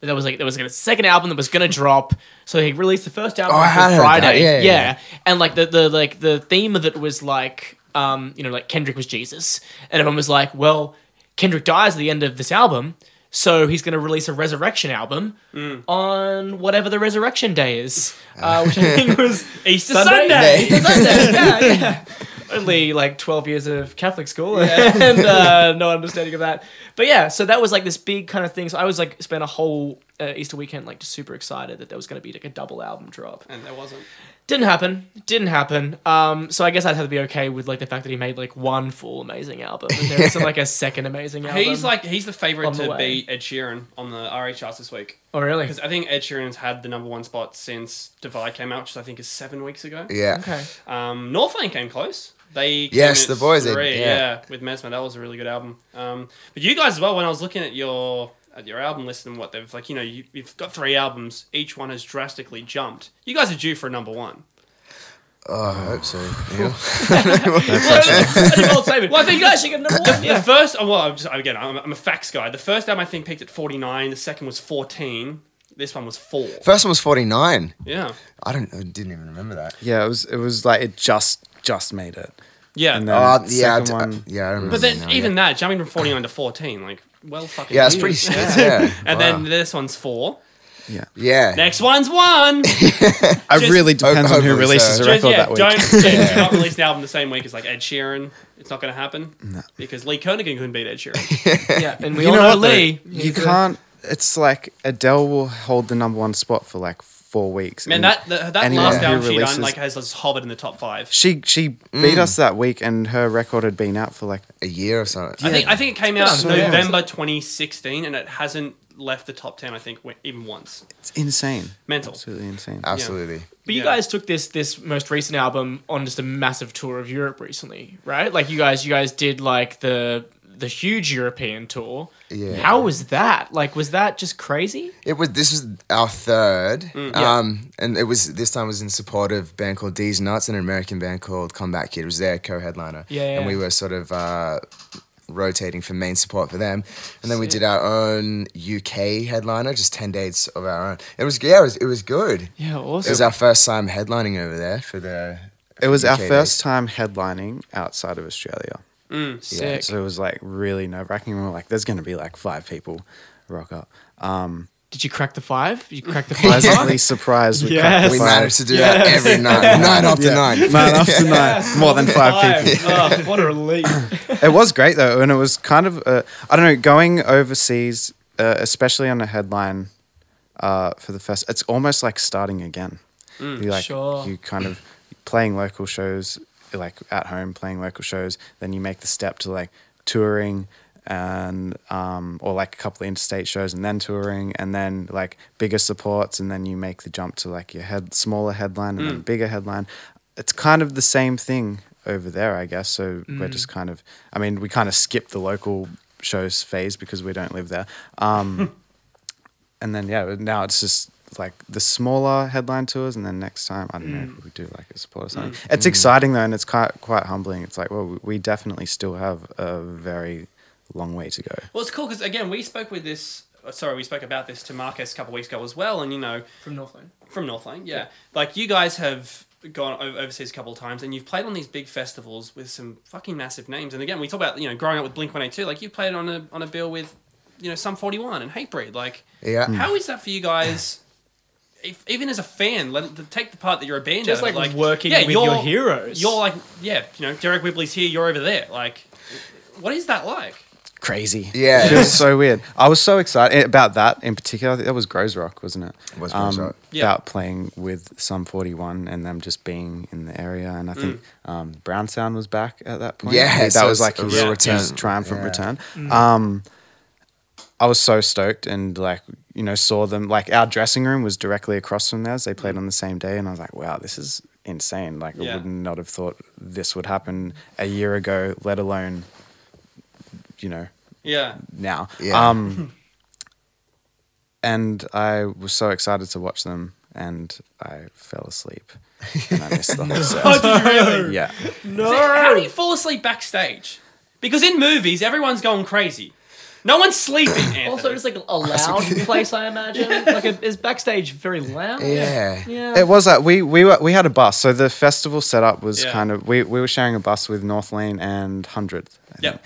[SPEAKER 1] That there was like there was a second album that was going to drop. So he released the first album
[SPEAKER 5] Oh, I had
[SPEAKER 1] on
[SPEAKER 5] heard that.
[SPEAKER 1] Friday.
[SPEAKER 5] Yeah, yeah,
[SPEAKER 1] And like the, the like the theme of it was like um you know like Kendrick was Jesus. And everyone was like, "Well, Kendrick dies at the end of this album." So he's going to release a resurrection album
[SPEAKER 5] Mm.
[SPEAKER 1] on whatever the resurrection day is, uh, which I think was
[SPEAKER 2] Easter
[SPEAKER 1] Sunday.
[SPEAKER 2] Sunday.
[SPEAKER 1] It's a Sunday, yeah, yeah. Only like 12 years of Catholic school and uh, no understanding of that. But yeah, so that was like this big kind of thing. So I was like, spent a whole uh, Easter weekend like just super excited that there was going to be like a double album drop.
[SPEAKER 2] And there wasn't.
[SPEAKER 1] Didn't happen. Didn't happen. Um, so I guess I'd have to be okay with like the fact that he made like one full amazing album and there wasn't like a second amazing album.
[SPEAKER 2] He's like he's the favorite
[SPEAKER 1] On the
[SPEAKER 2] to
[SPEAKER 1] way.
[SPEAKER 2] beat Ed Sheeran on the RH charts this week
[SPEAKER 1] oh really?
[SPEAKER 2] because I think Ed Sheeran's had the number one spot since Divide came out, which I think is seven weeks ago.
[SPEAKER 5] Yeah.
[SPEAKER 1] Okay.
[SPEAKER 2] Um, Northlane came close. They came
[SPEAKER 5] Yes,
[SPEAKER 2] in at
[SPEAKER 5] the boys did,
[SPEAKER 2] three,
[SPEAKER 5] yeah.
[SPEAKER 2] with Mesmer that was a really good album. Um, but you guys as well. When I was looking at your at your album list and what they've like, you know, you, you've got three albums. Each one has drastically jumped. You guys are due for a number one.
[SPEAKER 5] Oh, I hope so. Neil.
[SPEAKER 1] Well, I think you guys should get number one.
[SPEAKER 2] The first, oh, well, I'm just, again, I'm, I'm a facts guy. The first album I think peaked at 49. The second was 14. This one was four.
[SPEAKER 5] First one was 49.
[SPEAKER 2] Yeah,
[SPEAKER 5] I don't I didn't even remember that.
[SPEAKER 3] Yeah, it was it was like it just just made it.
[SPEAKER 2] yeah.
[SPEAKER 3] And then
[SPEAKER 5] Uh, yeah, I
[SPEAKER 3] second
[SPEAKER 5] d-
[SPEAKER 3] one,
[SPEAKER 5] I- yeah, I remember.
[SPEAKER 2] but then
[SPEAKER 5] now,
[SPEAKER 2] even
[SPEAKER 5] yeah.
[SPEAKER 2] that jumping from 49 to 14, like, well, fucking.
[SPEAKER 5] yeah, that's
[SPEAKER 2] weird.
[SPEAKER 5] pretty. Yeah, yeah.
[SPEAKER 2] And
[SPEAKER 5] wow.
[SPEAKER 2] then this one's four.
[SPEAKER 5] yeah,
[SPEAKER 2] Next one's one.
[SPEAKER 3] it
[SPEAKER 2] just-
[SPEAKER 3] really depends on who
[SPEAKER 5] hopefully
[SPEAKER 3] releases
[SPEAKER 5] so.
[SPEAKER 3] a
[SPEAKER 2] Just,
[SPEAKER 3] record
[SPEAKER 2] yeah,
[SPEAKER 3] that week.
[SPEAKER 2] don't yeah, do not release an album the same week as like Ed Sheeran. It's not going to happen because Lee Kernigan couldn't beat Ed Sheeran.
[SPEAKER 1] yeah, and we all know,
[SPEAKER 3] though?
[SPEAKER 1] Lee.
[SPEAKER 3] You can't. It's like Adele will hold the number one spot for like four weeks.
[SPEAKER 2] Man,
[SPEAKER 3] and
[SPEAKER 2] that that, that
[SPEAKER 3] anyone
[SPEAKER 2] last
[SPEAKER 3] who
[SPEAKER 2] album she done
[SPEAKER 3] releases-
[SPEAKER 2] like has us hovered in the top five.
[SPEAKER 3] she she beat us that week, and her record had been out for like
[SPEAKER 5] a year or something.
[SPEAKER 2] I think I think it came out
[SPEAKER 3] So, yeah.
[SPEAKER 2] November 2016, and it hasn't left the top ten. I think w- even once.
[SPEAKER 3] it's insane,
[SPEAKER 2] Mental.
[SPEAKER 3] absolutely insane.
[SPEAKER 5] Absolutely.
[SPEAKER 1] But you
[SPEAKER 2] Yeah.
[SPEAKER 1] guys took this this most recent album on just a massive tour of Europe recently, right? Like you guys you guys did like the the huge European tour.
[SPEAKER 5] Yeah.
[SPEAKER 1] How was that? Like was that just crazy?
[SPEAKER 5] It was. This was our third,
[SPEAKER 2] Mm,
[SPEAKER 5] um, and it was this time was in support of a band called D's Nuts and an American band called Comeback Kid. It was their co-headliner.
[SPEAKER 1] Yeah, yeah.
[SPEAKER 5] and we were sort of. Uh, rotating for main support for them. And then we did our own UK headliner, just 10 dates of our own. It was, yeah, it was, it was good.
[SPEAKER 1] Yeah,
[SPEAKER 5] It was
[SPEAKER 1] awesome.
[SPEAKER 5] our first time headlining over there for the.
[SPEAKER 3] It was our
[SPEAKER 5] UK
[SPEAKER 3] first time headlining outside of Australia.
[SPEAKER 1] Sick.
[SPEAKER 3] So it was like really nerve wracking. We were like, there's going to be like five people rock up.
[SPEAKER 1] Did you crack the five? You cracked the five. mark?
[SPEAKER 3] Pleasantly surprised we,
[SPEAKER 1] Yes.
[SPEAKER 3] yes.
[SPEAKER 5] We
[SPEAKER 1] Fine.
[SPEAKER 5] managed to do that every night, nine after nine.
[SPEAKER 3] Nine after nine, more than five people.
[SPEAKER 1] Oh, what a relief.
[SPEAKER 3] It was great though, and it was kind of uh, I don't know going overseas, uh, especially on a headline uh, for the first. It's almost like starting again. you like
[SPEAKER 1] sure.
[SPEAKER 3] you kind of playing local shows like at home, playing local shows. Then you make the step to like touring and um, or like a couple of interstate shows and then touring and then like bigger supports and then you make the jump to like your head smaller headline and then bigger headline it's kind of the same thing over there i guess so we're just kind of i mean we kind of skip the local shows phase because we don't live there um, and then yeah now it's just like the smaller headline tours and then next time i don't know if we do like a support or something it's exciting though and it's quite quite humbling it's like well we- we definitely still have a very long way to go
[SPEAKER 2] Well, it's cool because again, we spoke with this. uh, Sorry, we spoke about this to Marcus a couple weeks ago as well, and you know,
[SPEAKER 1] From Northland.
[SPEAKER 2] from Northlane, yeah. Like you guys have gone o- overseas a couple of times, and you've played on these big festivals with some fucking massive names. And again, we talk about you know growing up with Blink One Eight Two. Like you played on a on a bill with, you know, Sum Forty One and Hatebreed. Like,
[SPEAKER 5] Yeah.
[SPEAKER 2] how is that for you guys? If, even as a fan, let, to take the part that you're a band.
[SPEAKER 1] Just,
[SPEAKER 2] out of,
[SPEAKER 1] like, working with
[SPEAKER 2] you're-
[SPEAKER 1] your heroes.
[SPEAKER 2] You're like, yeah, you know, Derek Whibley's here, you're over there. Like, what is that like?
[SPEAKER 3] crazy
[SPEAKER 5] Yeah.
[SPEAKER 3] it feels so weird i was so excited eh, about that in particular I think that was Grows rock wasn't it Um,
[SPEAKER 5] It was Grows Rock.
[SPEAKER 2] Yeah.
[SPEAKER 3] about playing with some 41 and them just being in the area and i think
[SPEAKER 2] Mm.
[SPEAKER 3] um, brown sound was back at that point
[SPEAKER 5] Yeah,
[SPEAKER 3] that
[SPEAKER 5] so
[SPEAKER 3] was
[SPEAKER 5] it's
[SPEAKER 3] like
[SPEAKER 5] a
[SPEAKER 3] his,
[SPEAKER 5] real
[SPEAKER 3] his
[SPEAKER 5] return.
[SPEAKER 3] triumphant
[SPEAKER 5] Yeah.
[SPEAKER 3] return
[SPEAKER 2] Mm.
[SPEAKER 3] um, i was so stoked and like you know saw them like our dressing room was directly across from theirs they played on the same day and i was like wow this is insane like i
[SPEAKER 2] Mm. Yeah.
[SPEAKER 3] would not have thought this would happen a year ago let alone you know
[SPEAKER 2] Yeah.
[SPEAKER 3] now.
[SPEAKER 5] Yeah.
[SPEAKER 3] Um, and I was so excited to watch them, and I fell asleep, and I missed the whole set. Yeah,
[SPEAKER 1] No.
[SPEAKER 2] How
[SPEAKER 6] Oh.
[SPEAKER 2] do you fall asleep backstage? Because in movies, everyone's going crazy. No one's sleeping. Anthony.
[SPEAKER 6] Also, it's like a loud place, I imagine. Like, a, is backstage very loud?
[SPEAKER 5] Yeah.
[SPEAKER 6] Yeah.
[SPEAKER 3] it was like we we were, we had a bus, so the festival setup was
[SPEAKER 2] Yeah.
[SPEAKER 3] kind of we we were sharing a bus with North Lane and Hundredth. I
[SPEAKER 2] yep.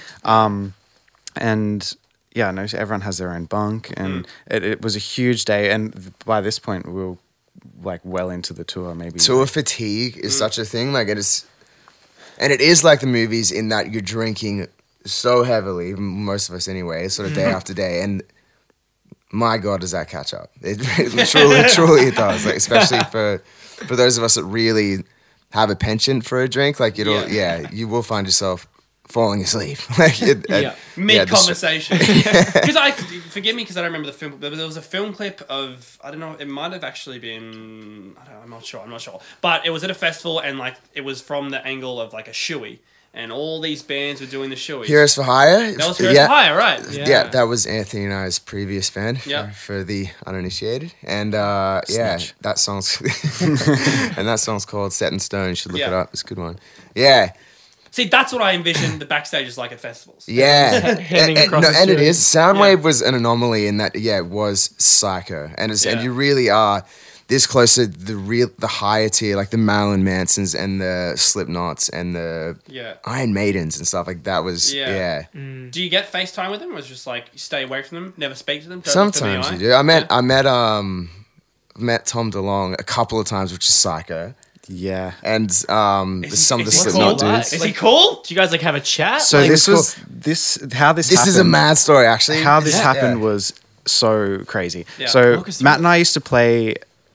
[SPEAKER 3] and yeah, no, so everyone has their own bunk, and it, it was a huge day. And by this point, we were like well into the tour, maybe
[SPEAKER 5] Tour fatigue is such a thing. Like it is, and it is like the movies in that you're drinking so heavily. Most of us, anyway, sort of day after day. And my God, does that catch up? It, it truly, truly it does. Like especially for for those of us that really have a penchant for a drink. Like it'll,
[SPEAKER 2] Yeah.
[SPEAKER 5] yeah, you will find yourself falling asleep. like it, uh,
[SPEAKER 1] Yeah.
[SPEAKER 2] Mid
[SPEAKER 5] yeah, the str-
[SPEAKER 2] conversation. Because I forgive me because I don't remember the film, but there was a film clip of I don't know. It might have actually been I don't. I'm not sure. I'm not sure. But it was at a festival and like it was from the angle of like a shoey, and all these bands were doing the shoey.
[SPEAKER 5] Hear us for hire.
[SPEAKER 2] that was Heroes
[SPEAKER 5] yeah.
[SPEAKER 2] Higher, right?
[SPEAKER 5] yeah. that was Anthony and I's previous band for,
[SPEAKER 2] Yeah.
[SPEAKER 5] for the uninitiated, and uh, yeah,
[SPEAKER 3] Snitch.
[SPEAKER 5] that song's and that song's called "Set in Stone." You should look it
[SPEAKER 2] Yeah.
[SPEAKER 5] up; it's a good one. Yeah,
[SPEAKER 2] See, that's what I envisioned the backstage is like at festivals.
[SPEAKER 5] yeah,
[SPEAKER 1] Heading
[SPEAKER 5] and, and-
[SPEAKER 1] across
[SPEAKER 5] no, and it
[SPEAKER 1] Australia.
[SPEAKER 5] is. Soundwave was an anomaly in that, yeah, it was psycho, and it's, and
[SPEAKER 2] Yeah.
[SPEAKER 5] you really are this close to the real, the higher tier, like the Marilyn Mansons and the Slipknots and the
[SPEAKER 2] Yeah.
[SPEAKER 5] Iron Maidens and stuff like that. Was
[SPEAKER 2] Yeah.
[SPEAKER 5] yeah.
[SPEAKER 2] Do you get FaceTime with them, or is it just like you stay away from them, never speak to them? don't look them in the
[SPEAKER 5] Sometimes
[SPEAKER 2] eye?
[SPEAKER 5] you do. I met I met um met Tom DeLong a couple of times, which is psycho,
[SPEAKER 3] yeah.
[SPEAKER 5] and um some of the Slipknot
[SPEAKER 1] cool?
[SPEAKER 5] dudes.
[SPEAKER 1] Is
[SPEAKER 2] Is
[SPEAKER 1] he
[SPEAKER 2] he cool?
[SPEAKER 1] Do you guys like have a chat?
[SPEAKER 3] So
[SPEAKER 5] Like,
[SPEAKER 3] this was
[SPEAKER 5] it's
[SPEAKER 3] this how this
[SPEAKER 5] This is a
[SPEAKER 3] happened-
[SPEAKER 5] mad story, actually.
[SPEAKER 3] How this
[SPEAKER 5] Yeah.
[SPEAKER 3] happened
[SPEAKER 5] Yeah.
[SPEAKER 3] was so crazy.
[SPEAKER 2] Yeah.
[SPEAKER 3] So
[SPEAKER 1] Walk us through
[SPEAKER 3] Matt and I used to play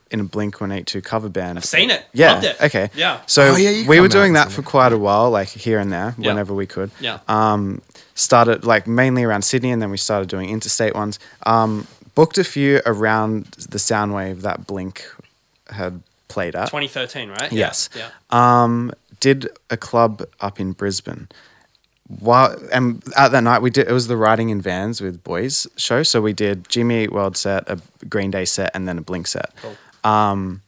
[SPEAKER 3] in a Blink One Eight Two cover band. I've
[SPEAKER 2] seen it.
[SPEAKER 3] Yeah.
[SPEAKER 2] Loved it.
[SPEAKER 3] Okay.
[SPEAKER 2] Yeah.
[SPEAKER 3] So
[SPEAKER 5] Oh, yeah, you
[SPEAKER 3] we were
[SPEAKER 5] come out
[SPEAKER 3] doing
[SPEAKER 5] and
[SPEAKER 3] that
[SPEAKER 5] seen
[SPEAKER 3] for quite a while, like here and there,
[SPEAKER 2] Yeah.
[SPEAKER 3] whenever we could.
[SPEAKER 2] Yeah.
[SPEAKER 3] Um, started like mainly around Sydney, and then we started doing interstate ones. Um, booked a few around the Soundwave that Blink had played at.
[SPEAKER 2] 2013, right?
[SPEAKER 3] Yes.
[SPEAKER 2] Yeah.
[SPEAKER 3] um, did a club up in Brisbane. While and at that night we did it was the Riding in Vans with Boys show. So we did Jimmy Eat World set, a Green Day set, and then a Blink set. Um,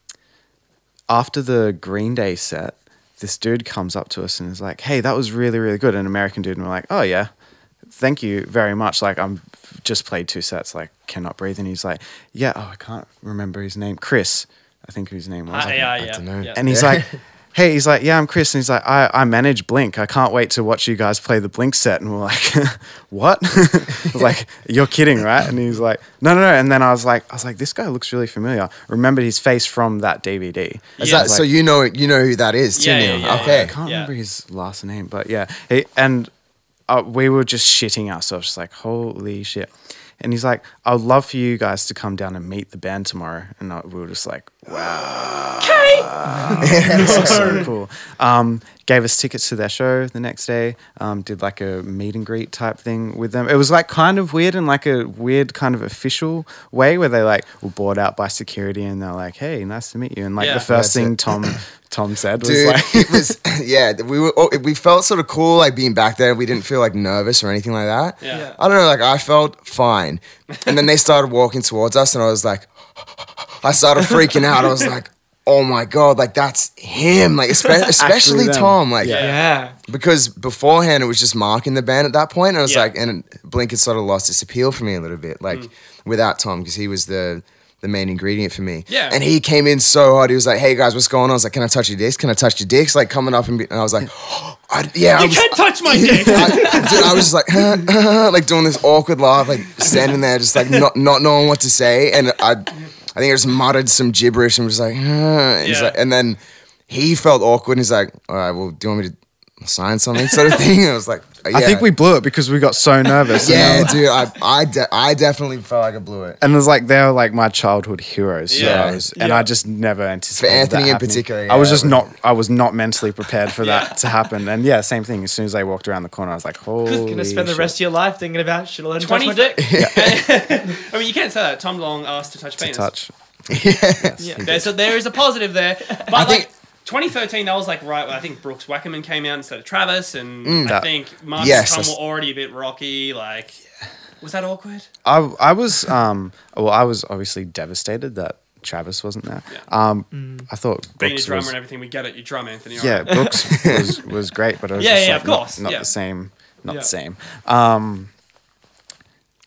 [SPEAKER 3] after the Green Day set, this dude comes up to us and is like, "Hey, that was really really good." An American dude, and we're like, "Oh yeah." thank you very much. Like, I'm just played two sets, like, cannot breathe. And he's like, yeah, oh, I can't remember his name. Chris, I think his name was. I
[SPEAKER 2] Ah,
[SPEAKER 3] think.
[SPEAKER 2] yeah,
[SPEAKER 5] I
[SPEAKER 2] yeah,
[SPEAKER 5] dunno.
[SPEAKER 2] yeah.
[SPEAKER 3] And he's like, hey, he's like, yeah, I'm Chris. And he's like, I, I manage Blink. I can't wait to watch you guys play the Blink set. And we're like, what? I was like, you're kidding, right? And he's like, no, no, no. And then I was like, I was like, this guy looks really familiar. Remembered his face from that DVD.
[SPEAKER 5] Is
[SPEAKER 2] Yeah.
[SPEAKER 5] that, so you know you know who that is too
[SPEAKER 2] Yeah, yeah,
[SPEAKER 5] now?
[SPEAKER 2] yeah, yeah.
[SPEAKER 5] okay.
[SPEAKER 3] I can't
[SPEAKER 2] Yeah.
[SPEAKER 3] remember his last name, but yeah. He, and uh, we were just shitting ourselves, just like, holy shit. And he's like, I'd love for you guys to come down and meet the band tomorrow. And I, we were just like, uh, so cool. Um, gave us tickets to their show the next day. Um, did like a meet and greet type thing with them. It was like kind of weird in like a weird kind of official way where they like were bought out by security and they're like, "Hey, nice to meet you." And like
[SPEAKER 2] Yeah.
[SPEAKER 3] the first
[SPEAKER 5] That's
[SPEAKER 3] thing
[SPEAKER 5] it.
[SPEAKER 3] Tom Tom said was
[SPEAKER 5] Dude,
[SPEAKER 3] like,
[SPEAKER 5] it was yeah. We were oh, we felt sort of cool like being back there. We didn't feel like nervous or anything like that.
[SPEAKER 2] Yeah. Yeah.
[SPEAKER 5] I don't know. Like I felt fine, and then they started walking towards us, and I was like, I started freaking out. I was like, oh my god, like that's him. Like espe- especially
[SPEAKER 3] them.
[SPEAKER 5] Tom. Like
[SPEAKER 2] Yeah.
[SPEAKER 1] Yeah.
[SPEAKER 5] because beforehand it was just Mark in the band at that point, and I was
[SPEAKER 2] Yeah. Mm.
[SPEAKER 5] like, and Blink had sort of lost its appeal for me a little bit, like without Tom, because he was the the main ingredient for me.
[SPEAKER 2] Yeah.
[SPEAKER 5] And he came in so hard. He was like, "Hey guys, what's going on?" I was like, "Can I touch your dicks? Can I touch your dicks?" Like coming up and, be, and I was like, I, "Yeah." I
[SPEAKER 2] You
[SPEAKER 5] was,
[SPEAKER 2] can't touch my dick.
[SPEAKER 5] I, dude, I was just like, like doing this awkward laugh, like standing there, just like not not knowing what to say, and I, I think I just muttered some gibberish and was like, and, he's
[SPEAKER 2] Yeah.
[SPEAKER 5] like- and then he felt awkward and he's like, all right, well, do you want me to sign something, sort of thing? And I was like, yeah.
[SPEAKER 3] "I think we blew it because we got so nervous." And I
[SPEAKER 5] yeah,
[SPEAKER 3] was-
[SPEAKER 5] dude, I I, de- I definitely felt like I blew it.
[SPEAKER 3] and it was like they were like my childhood heroes, so
[SPEAKER 2] Yeah.
[SPEAKER 3] I was- and
[SPEAKER 2] Yeah.
[SPEAKER 3] I just never anticipated
[SPEAKER 5] Anthony
[SPEAKER 3] that
[SPEAKER 5] in
[SPEAKER 3] happening.
[SPEAKER 5] particular,
[SPEAKER 3] I was
[SPEAKER 5] yeah,
[SPEAKER 3] just
[SPEAKER 5] it was-
[SPEAKER 3] not, I was not mentally prepared for that
[SPEAKER 2] Yeah.
[SPEAKER 3] to happen. And yeah, same thing. As soon as they walked around the corner, I was like, "Holy!"
[SPEAKER 1] Gonna spend the
[SPEAKER 3] shit.
[SPEAKER 1] rest of your life thinking about should I let him touch my
[SPEAKER 2] 20
[SPEAKER 1] dick?
[SPEAKER 2] I mean, you can't say that. Tom Long asked to touch penis.
[SPEAKER 3] touch.
[SPEAKER 2] There's a, there is a positive there. But like
[SPEAKER 5] think-
[SPEAKER 2] 2013, that was like right. when I think Brooks Wackerman came out instead of Travis, and I
[SPEAKER 3] that-
[SPEAKER 2] think Mark
[SPEAKER 5] yes,
[SPEAKER 2] and Tom
[SPEAKER 5] that's-
[SPEAKER 2] were already a bit rocky. Like, was that awkward?
[SPEAKER 3] I I was um well I was obviously devastated that Travis wasn't there. Um, I thought
[SPEAKER 2] Being
[SPEAKER 3] Brooks
[SPEAKER 2] a drummer
[SPEAKER 3] was,
[SPEAKER 2] and everything, we get it. You drum, Anthony. all
[SPEAKER 3] yeah
[SPEAKER 2] right.
[SPEAKER 3] Brooks was was great, but it was
[SPEAKER 2] Yeah,
[SPEAKER 3] just
[SPEAKER 2] yeah,
[SPEAKER 3] like
[SPEAKER 2] of
[SPEAKER 3] not-
[SPEAKER 2] course,
[SPEAKER 3] not,
[SPEAKER 2] yeah.
[SPEAKER 3] the same, not
[SPEAKER 2] Yeah.
[SPEAKER 3] the same. Um,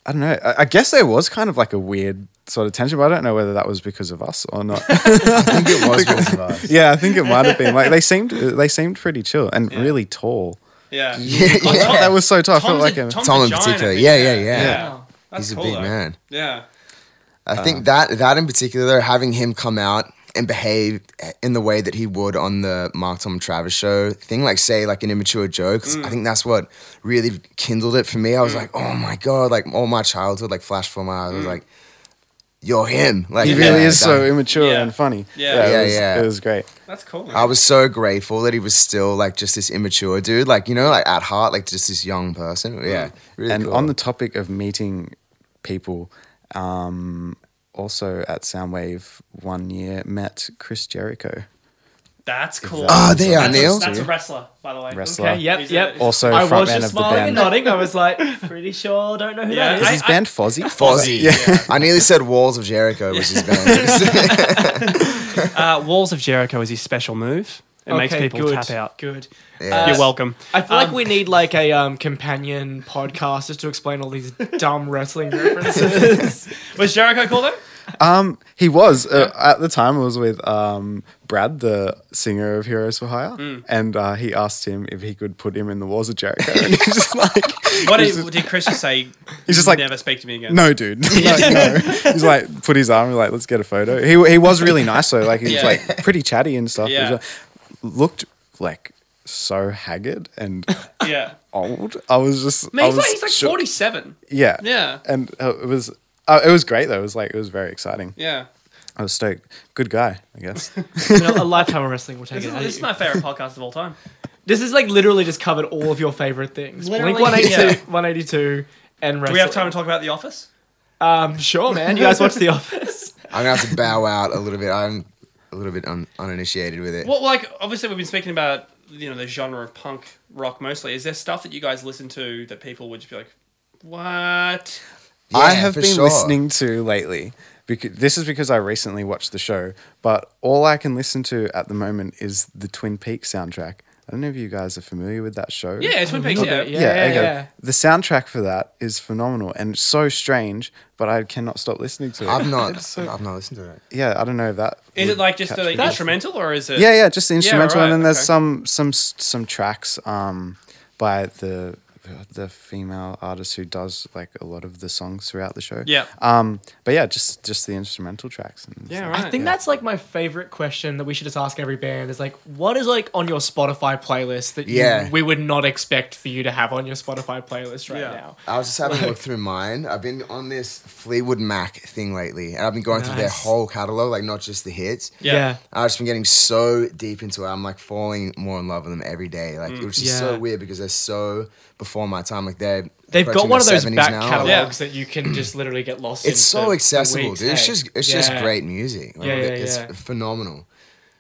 [SPEAKER 3] I don't know. I, I guess there was kind of like a weird sort of tension, but I don't know whether that was because of us or not.
[SPEAKER 5] I think it was both of us.
[SPEAKER 3] yeah, I think it might have been like they seemed they seemed pretty chill and really tall.
[SPEAKER 2] yeah.
[SPEAKER 5] Yeah,
[SPEAKER 2] Oh,
[SPEAKER 5] yeah.
[SPEAKER 2] Tom-
[SPEAKER 3] That was so tough. I felt
[SPEAKER 2] Tom's
[SPEAKER 3] like
[SPEAKER 2] a-
[SPEAKER 3] a-
[SPEAKER 2] Tom's
[SPEAKER 5] Tom
[SPEAKER 2] a
[SPEAKER 5] in
[SPEAKER 2] giant, I
[SPEAKER 5] particular.
[SPEAKER 2] think.
[SPEAKER 5] Yeah, yeah, yeah.
[SPEAKER 2] Wow. That's
[SPEAKER 5] He's a
[SPEAKER 2] cool,
[SPEAKER 5] big
[SPEAKER 2] though.
[SPEAKER 5] man.
[SPEAKER 2] Yeah.
[SPEAKER 5] I
[SPEAKER 3] Uh.
[SPEAKER 5] think that that in particular, though, having him come out and behave in the way that he would on the Mark Tom and Travis show thing, like say like an immature joke.
[SPEAKER 3] Mm.
[SPEAKER 5] 'cause I think that's what really kindled it for me. I was like, oh my god, like all my childhood like flashed for my eyes. I was like, you're him. Like
[SPEAKER 3] Mm. He really
[SPEAKER 5] yeah,
[SPEAKER 3] is so
[SPEAKER 5] that-
[SPEAKER 3] immature
[SPEAKER 2] Yeah.
[SPEAKER 3] and funny.
[SPEAKER 2] Yeah.
[SPEAKER 3] it
[SPEAKER 5] Yeah,
[SPEAKER 3] was,
[SPEAKER 5] yeah.
[SPEAKER 3] It was great.
[SPEAKER 2] That's cool. Man.
[SPEAKER 5] I was so grateful that he was still like just this immature dude, like you know, like at heart, like just this young person. Yeah, really
[SPEAKER 3] Mm. and
[SPEAKER 5] cool.
[SPEAKER 3] on the topic of meeting people, um, also at Soundwave one year met Chris Jericho,
[SPEAKER 2] That's cool.
[SPEAKER 5] oh, there you are
[SPEAKER 2] that's,
[SPEAKER 5] Neil.
[SPEAKER 2] A, that's a wrestler, by the way.
[SPEAKER 3] wrestler,
[SPEAKER 1] Okay, yep,
[SPEAKER 2] He's a-
[SPEAKER 1] yep.
[SPEAKER 3] also
[SPEAKER 1] I was
[SPEAKER 3] Oh, frontman
[SPEAKER 1] just
[SPEAKER 3] of the
[SPEAKER 1] smiling and
[SPEAKER 3] band.
[SPEAKER 1] nodding. I was like, pretty sure I don't know who
[SPEAKER 2] Yeah.
[SPEAKER 1] that
[SPEAKER 3] Is
[SPEAKER 1] is.
[SPEAKER 2] I-
[SPEAKER 3] his band Fozzy?
[SPEAKER 5] Fozzy. I nearly said Walls of Jericho, which is bad.
[SPEAKER 2] Uh, Walls of Jericho is his special move. It makes
[SPEAKER 1] Okay,
[SPEAKER 2] people
[SPEAKER 1] good,
[SPEAKER 2] tap out.
[SPEAKER 1] Good.
[SPEAKER 5] Yeah.
[SPEAKER 2] You're welcome.
[SPEAKER 1] I feel like we need like a um, companion podcast just to explain all these dumb wrestling references.
[SPEAKER 2] Was Jericho cool though?
[SPEAKER 3] Um, he was uh, at the time. I was with um, Brad, the singer of Heroes for Hire,
[SPEAKER 1] Mm.
[SPEAKER 3] and uh, he asked him if he could put him in the Walls of Jericho, and he's just like,
[SPEAKER 2] What did, did Chris just say?
[SPEAKER 3] He's just like-
[SPEAKER 2] never speak to me again.
[SPEAKER 3] "No, dude, no, no." He's like, put his arm, like, let's get a photo. He he was really nice though. Like he was
[SPEAKER 2] Yeah.
[SPEAKER 3] like pretty chatty and stuff. He was,
[SPEAKER 2] Yeah.
[SPEAKER 3] uh, looked like so haggard and
[SPEAKER 2] Yeah.
[SPEAKER 3] old. I was just,
[SPEAKER 2] Man,
[SPEAKER 3] I
[SPEAKER 2] he's
[SPEAKER 3] was
[SPEAKER 2] like, he's like
[SPEAKER 3] shook.
[SPEAKER 2] 47.
[SPEAKER 3] Yeah,
[SPEAKER 2] Yeah.
[SPEAKER 3] and uh, it was. Uh, it was great though. It was like it was very exciting.
[SPEAKER 2] Yeah.
[SPEAKER 3] I was stoked. Good guy, I guess.
[SPEAKER 1] You know, a lifetime of wrestling will take
[SPEAKER 2] This
[SPEAKER 1] it
[SPEAKER 2] is,
[SPEAKER 1] out
[SPEAKER 2] this
[SPEAKER 1] of
[SPEAKER 2] is
[SPEAKER 1] you.
[SPEAKER 2] my favorite podcast of all time.
[SPEAKER 1] This is like literally just covered all of your favorite things.
[SPEAKER 2] Literally,
[SPEAKER 1] Blink 182,
[SPEAKER 2] yeah.
[SPEAKER 1] 182 and wrestling.
[SPEAKER 2] Do we have time to talk about The Office?
[SPEAKER 1] Um, sure, man. You guys watch The Office.
[SPEAKER 5] I'm gonna have to bow out a little bit. I'm a little bit un- uninitiated with it.
[SPEAKER 2] Well, like obviously we've been speaking about you know the genre of punk rock mostly. Is there stuff that you guys listen to that people would just be like, what?
[SPEAKER 5] Yeah,
[SPEAKER 3] I have
[SPEAKER 5] for
[SPEAKER 3] been
[SPEAKER 5] sure.
[SPEAKER 3] listening to lately. Because this is because I recently watched the show, but all I can listen to at the moment is the Twin Peaks soundtrack. I don't know if you guys are familiar with that show.
[SPEAKER 2] Yeah, it's Twin Peaks. Yeah.
[SPEAKER 1] bit,
[SPEAKER 2] yeah.
[SPEAKER 3] Yeah, there you
[SPEAKER 1] yeah,
[SPEAKER 3] go.
[SPEAKER 1] yeah.
[SPEAKER 3] The soundtrack for that is phenomenal and it's so strange, but I cannot stop listening to it.
[SPEAKER 5] I've not, I've not listened to it.
[SPEAKER 3] yeah, I don't know if that.
[SPEAKER 2] Is
[SPEAKER 3] would
[SPEAKER 2] it like just
[SPEAKER 3] catch
[SPEAKER 2] the
[SPEAKER 3] me.
[SPEAKER 2] instrumental or is it?
[SPEAKER 3] Yeah, yeah, just the instrumental,
[SPEAKER 2] right,
[SPEAKER 3] and then there's
[SPEAKER 2] okay.
[SPEAKER 3] some some some tracks um by the the female artist who does like a lot of the songs throughout the show.
[SPEAKER 2] Yeah.
[SPEAKER 3] Um, but yeah, just just the instrumental tracks. And
[SPEAKER 2] Yeah,
[SPEAKER 1] I
[SPEAKER 2] right.
[SPEAKER 1] think that's like my favorite question that we should just ask every band is like, what is like on your Spotify playlist that you-
[SPEAKER 5] Yeah.
[SPEAKER 1] we would not expect for you to have on your Spotify playlist right
[SPEAKER 2] Yeah.
[SPEAKER 1] now?
[SPEAKER 5] I was just having a look through mine. I've been on this Fleetwood Mac thing lately, and I've been going through their
[SPEAKER 1] Nice.
[SPEAKER 5] whole catalog, like not just the hits.
[SPEAKER 2] Yeah.
[SPEAKER 5] I've just been getting so deep into it. I'm like falling more in love with them every day. Like
[SPEAKER 1] Mm,
[SPEAKER 5] it was just
[SPEAKER 1] Yeah.
[SPEAKER 5] so weird because they're so before my time. Like they're
[SPEAKER 1] They've got
[SPEAKER 5] approaching
[SPEAKER 1] one of
[SPEAKER 5] their
[SPEAKER 1] those
[SPEAKER 5] 70s
[SPEAKER 1] back
[SPEAKER 5] now.
[SPEAKER 1] catalogs that you can just literally get lost in.
[SPEAKER 5] It's so
[SPEAKER 1] for
[SPEAKER 5] accessible,
[SPEAKER 1] weeks.
[SPEAKER 5] dude. It's
[SPEAKER 1] Hey.
[SPEAKER 5] just it's just
[SPEAKER 1] Yeah.
[SPEAKER 5] great music. Like,
[SPEAKER 1] Yeah, yeah,
[SPEAKER 5] it's
[SPEAKER 1] yeah.
[SPEAKER 5] phenomenal.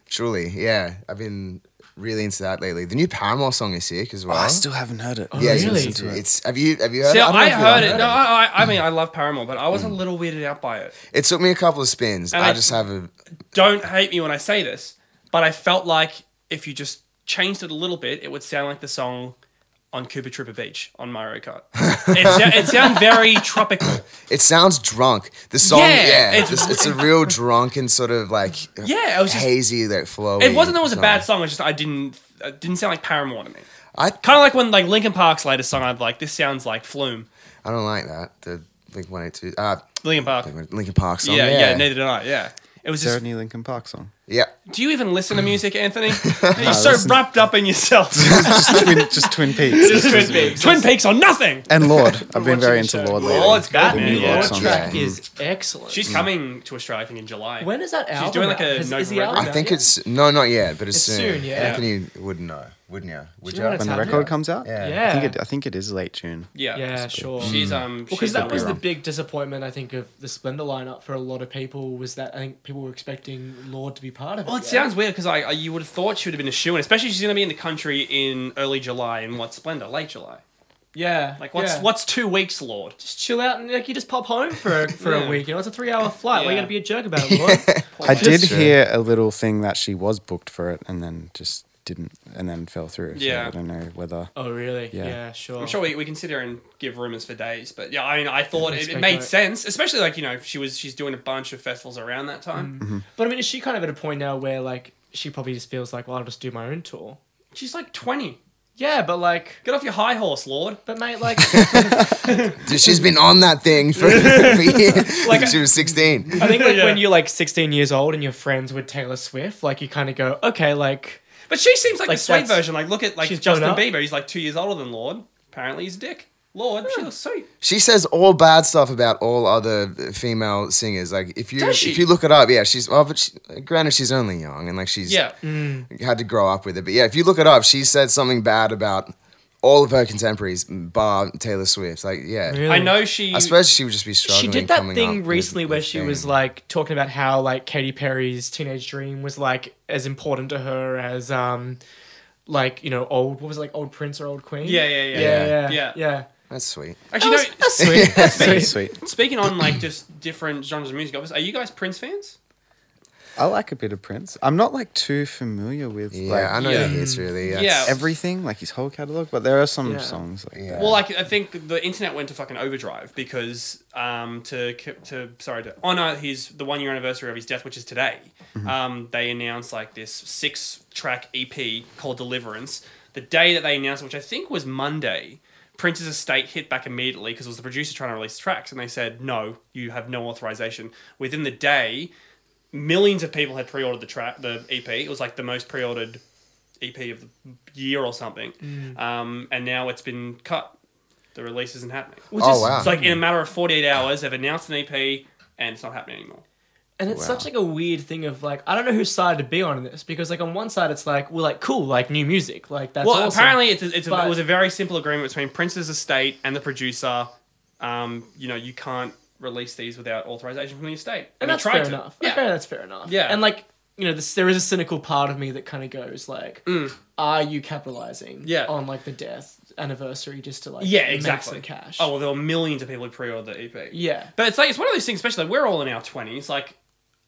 [SPEAKER 5] Truly, yeah. I've been really into that lately. The new Paramore song is sick as well.
[SPEAKER 3] Oh, I still haven't heard it.
[SPEAKER 5] yeah, you
[SPEAKER 1] really?
[SPEAKER 5] listen to it. It's have you have you heard
[SPEAKER 2] See,
[SPEAKER 5] it?
[SPEAKER 2] I,
[SPEAKER 5] don't know if you
[SPEAKER 2] heard
[SPEAKER 5] have
[SPEAKER 2] it. No, I, I, I mean, I love Paramore, but I was a little weirded out by it.
[SPEAKER 5] It took me a couple of spins.
[SPEAKER 2] And
[SPEAKER 5] I
[SPEAKER 2] I-
[SPEAKER 5] just have a
[SPEAKER 2] Don't hate me when I say this, but I felt like if you just changed it a little bit, it would sound like the song on Cooper Trooper Beach on Mario Kart. It, sou- it sounds very tropical.
[SPEAKER 5] It sounds drunk. The song,
[SPEAKER 2] Yeah,
[SPEAKER 5] yeah,
[SPEAKER 2] it's-
[SPEAKER 5] it's, it's, a real drunken sort of like
[SPEAKER 2] Yeah, it was just-
[SPEAKER 5] hazy like flow.
[SPEAKER 2] It wasn't that it was a bad song. It's just I didn't it didn't sound like Paramore to me.
[SPEAKER 5] I
[SPEAKER 2] Kind of like when like Linkin Park's latest song, I'd like this sounds like Flume.
[SPEAKER 5] I don't like that. The Blink One Eight Two, uh,
[SPEAKER 2] Linkin Park.
[SPEAKER 5] Linkin Park song.
[SPEAKER 2] Yeah,
[SPEAKER 5] Yeah,
[SPEAKER 2] yeah, neither did I. Yeah, it was
[SPEAKER 3] Sarah
[SPEAKER 2] just.
[SPEAKER 3] New Lincoln Park song.
[SPEAKER 5] yeah.
[SPEAKER 2] Do you even listen to music, Anthony? You're so
[SPEAKER 3] listen-
[SPEAKER 2] wrapped up in yourself.
[SPEAKER 3] just, twin, just Twin Peaks.
[SPEAKER 2] Twin Peaks. Twin Peaks on nothing.
[SPEAKER 3] and Lord. I've been very
[SPEAKER 2] watching the
[SPEAKER 3] into Lord
[SPEAKER 2] show.
[SPEAKER 3] lately.
[SPEAKER 1] Oh, it's that
[SPEAKER 3] The
[SPEAKER 2] Yeah,
[SPEAKER 1] new
[SPEAKER 2] yeah.
[SPEAKER 1] Lord
[SPEAKER 5] Yeah.
[SPEAKER 1] track
[SPEAKER 5] Yeah.
[SPEAKER 1] is excellent.
[SPEAKER 2] She's coming to Australia, I think, in July.
[SPEAKER 1] when is that album?
[SPEAKER 2] doing like
[SPEAKER 1] out?
[SPEAKER 2] a
[SPEAKER 1] Has-
[SPEAKER 2] no
[SPEAKER 1] is the
[SPEAKER 2] record.
[SPEAKER 1] album
[SPEAKER 5] I
[SPEAKER 1] out
[SPEAKER 5] think
[SPEAKER 1] yet?
[SPEAKER 5] it's no, not yet, but it's,
[SPEAKER 1] It's
[SPEAKER 5] soon.
[SPEAKER 1] soon, yeah.
[SPEAKER 5] Anthony wouldn't know, wouldn't you? Would
[SPEAKER 1] Do you
[SPEAKER 5] you?
[SPEAKER 1] know what
[SPEAKER 3] When the
[SPEAKER 1] It's
[SPEAKER 3] record comes out,
[SPEAKER 5] Yeah.
[SPEAKER 3] I think
[SPEAKER 1] Yeah.
[SPEAKER 3] it, I think it is late June.
[SPEAKER 2] Yeah.
[SPEAKER 1] Yeah, sure.
[SPEAKER 5] Mm,
[SPEAKER 2] She's um.
[SPEAKER 1] Well, because
[SPEAKER 2] she's
[SPEAKER 1] that was the
[SPEAKER 3] wrong.
[SPEAKER 1] big disappointment, I think, of the Splendor lineup for a lot of people was that I think people were expecting Lord to be part of it.
[SPEAKER 2] Well, it
[SPEAKER 1] yeah?
[SPEAKER 2] sounds weird because I, I you would have thought she would have been a shoe, and especially she's going to be in the country in early July and what Splendor, late July.
[SPEAKER 1] yeah.
[SPEAKER 2] Like what's
[SPEAKER 1] yeah.
[SPEAKER 2] what's two weeks, Lord?
[SPEAKER 1] Just chill out and like you just pop home for a, for
[SPEAKER 2] Yeah.
[SPEAKER 1] a week. You know, it's a three hour flight. Why you
[SPEAKER 2] Yeah.
[SPEAKER 1] gotta be a jerk about it, Lord?
[SPEAKER 3] I did
[SPEAKER 5] Sure.
[SPEAKER 3] hear a little thing that she was booked for it and then just didn't, and then fell through. So
[SPEAKER 2] Yeah.
[SPEAKER 3] I don't know whether.
[SPEAKER 1] oh, really?
[SPEAKER 3] Yeah.
[SPEAKER 1] Yeah, sure.
[SPEAKER 2] I'm sure we, we can sit here and give rumors for days, but yeah, I mean, I thought it, it
[SPEAKER 1] speculate.
[SPEAKER 2] made sense, especially like you know she was she's doing a bunch of festivals around that time.
[SPEAKER 1] But I mean, is she kind of at a point now where like she probably just feels like, well, I'll just do my own tour?
[SPEAKER 2] She's like 20.
[SPEAKER 1] Yeah, but like,
[SPEAKER 2] Get off your high horse, Lord.
[SPEAKER 1] but mate, like,
[SPEAKER 5] Dude, she's been on that thing for, for years.
[SPEAKER 1] Like-
[SPEAKER 5] she was sixteen.
[SPEAKER 1] I think like
[SPEAKER 2] Yeah.
[SPEAKER 1] when you're like 16 years old and you're friends with Taylor Swift, like you kind of go, okay, like,
[SPEAKER 2] But she seems like,
[SPEAKER 1] Like,
[SPEAKER 2] the sweet
[SPEAKER 1] that's-
[SPEAKER 2] version. Like look at like
[SPEAKER 1] she's
[SPEAKER 2] Justin
[SPEAKER 1] grown up.
[SPEAKER 2] Bieber. He's like two years older than Lord. Apparently he's a dick. Lord,
[SPEAKER 1] Hmm.
[SPEAKER 2] she looks sweet.
[SPEAKER 5] She says all bad stuff about all other female singers. Like if you
[SPEAKER 2] Does she?
[SPEAKER 5] if you look it up, yeah, she's well, but she, granted she's only young and like she's
[SPEAKER 2] Yeah.
[SPEAKER 5] had to grow up with it. But yeah, if you look it up, she said something bad about all of her contemporaries, bar Taylor Swift. Like, yeah,
[SPEAKER 1] really?
[SPEAKER 2] I know she.
[SPEAKER 5] I suppose she would just be struggling.
[SPEAKER 1] she did that
[SPEAKER 5] coming up
[SPEAKER 1] thing
[SPEAKER 5] with
[SPEAKER 1] recently
[SPEAKER 5] the
[SPEAKER 1] where she was
[SPEAKER 5] fame.
[SPEAKER 1] like talking about how like Katy Perry's Teenage Dream was like as important to her as um like you know old what was it, like old Prince or old Queen
[SPEAKER 2] Yeah, yeah, yeah,
[SPEAKER 1] yeah
[SPEAKER 5] yeah.
[SPEAKER 1] yeah
[SPEAKER 2] Yeah.
[SPEAKER 1] yeah,
[SPEAKER 5] "That's sweet."
[SPEAKER 1] That
[SPEAKER 2] Actually,
[SPEAKER 1] was-
[SPEAKER 2] no,
[SPEAKER 1] that's sweet that's sweet.
[SPEAKER 3] Sweet.
[SPEAKER 2] Speaking on like just different genres of music, obviously, are you guys Prince fans?
[SPEAKER 3] I like a bit of Prince. I'm not like too familiar with
[SPEAKER 5] Yeah,
[SPEAKER 3] like
[SPEAKER 5] I know
[SPEAKER 2] Yeah.
[SPEAKER 5] the hits really. That's,
[SPEAKER 2] Yeah.
[SPEAKER 3] everything, like his whole catalog, but there are some
[SPEAKER 1] Yeah.
[SPEAKER 3] songs like
[SPEAKER 5] Yeah.
[SPEAKER 3] that.
[SPEAKER 2] Well, like I think the internet went to fucking overdrive because um, to to sorry to honor his the one year anniversary of his death, which is today. Um, they announced like this six track EP called Deliverance. The day that they announced, it, which I think was Monday, Prince's estate hit back immediately because it was the producer trying to release tracks, and they said no, you have no authorization. Within the day, millions of people had pre-ordered the track, the EP. It was like the most pre-ordered EP E of the year or something.
[SPEAKER 1] Mm.
[SPEAKER 2] Um, and now it's been cut. The release isn't happening.
[SPEAKER 1] Which
[SPEAKER 5] Oh,
[SPEAKER 1] is- Mm.
[SPEAKER 5] wow.
[SPEAKER 2] It's like in a matter of 48 hours, they've announced an EP and it's not happening anymore.
[SPEAKER 1] And it's such like a weird thing of like I don't know whose side to be on in this because like on one side it's like we're like cool like new music like that's
[SPEAKER 2] well,
[SPEAKER 1] awesome.
[SPEAKER 2] apparently it's a, it's a, it
[SPEAKER 1] But-
[SPEAKER 2] was a very simple agreement between Prince's estate and the producer. Um, you know, you can't release these without authorization from the estate.
[SPEAKER 1] and
[SPEAKER 2] they
[SPEAKER 1] that's
[SPEAKER 2] tried
[SPEAKER 1] fair
[SPEAKER 2] to.
[SPEAKER 1] enough.
[SPEAKER 2] Yeah.
[SPEAKER 1] Okay, that's fair enough.
[SPEAKER 2] Yeah.
[SPEAKER 1] And like, you know, this, there is a cynical part of me that kind of goes like, are you capitalizing
[SPEAKER 2] Mm. Yeah.
[SPEAKER 1] on like the death anniversary just to like
[SPEAKER 2] Yeah,
[SPEAKER 1] make
[SPEAKER 2] exactly.
[SPEAKER 1] some cash?
[SPEAKER 2] Oh well, there were millions of people who pre-ordered the E EP.
[SPEAKER 1] Yeah.
[SPEAKER 2] but it's like it's one of those things. Especially like, we're all in our twenties. Like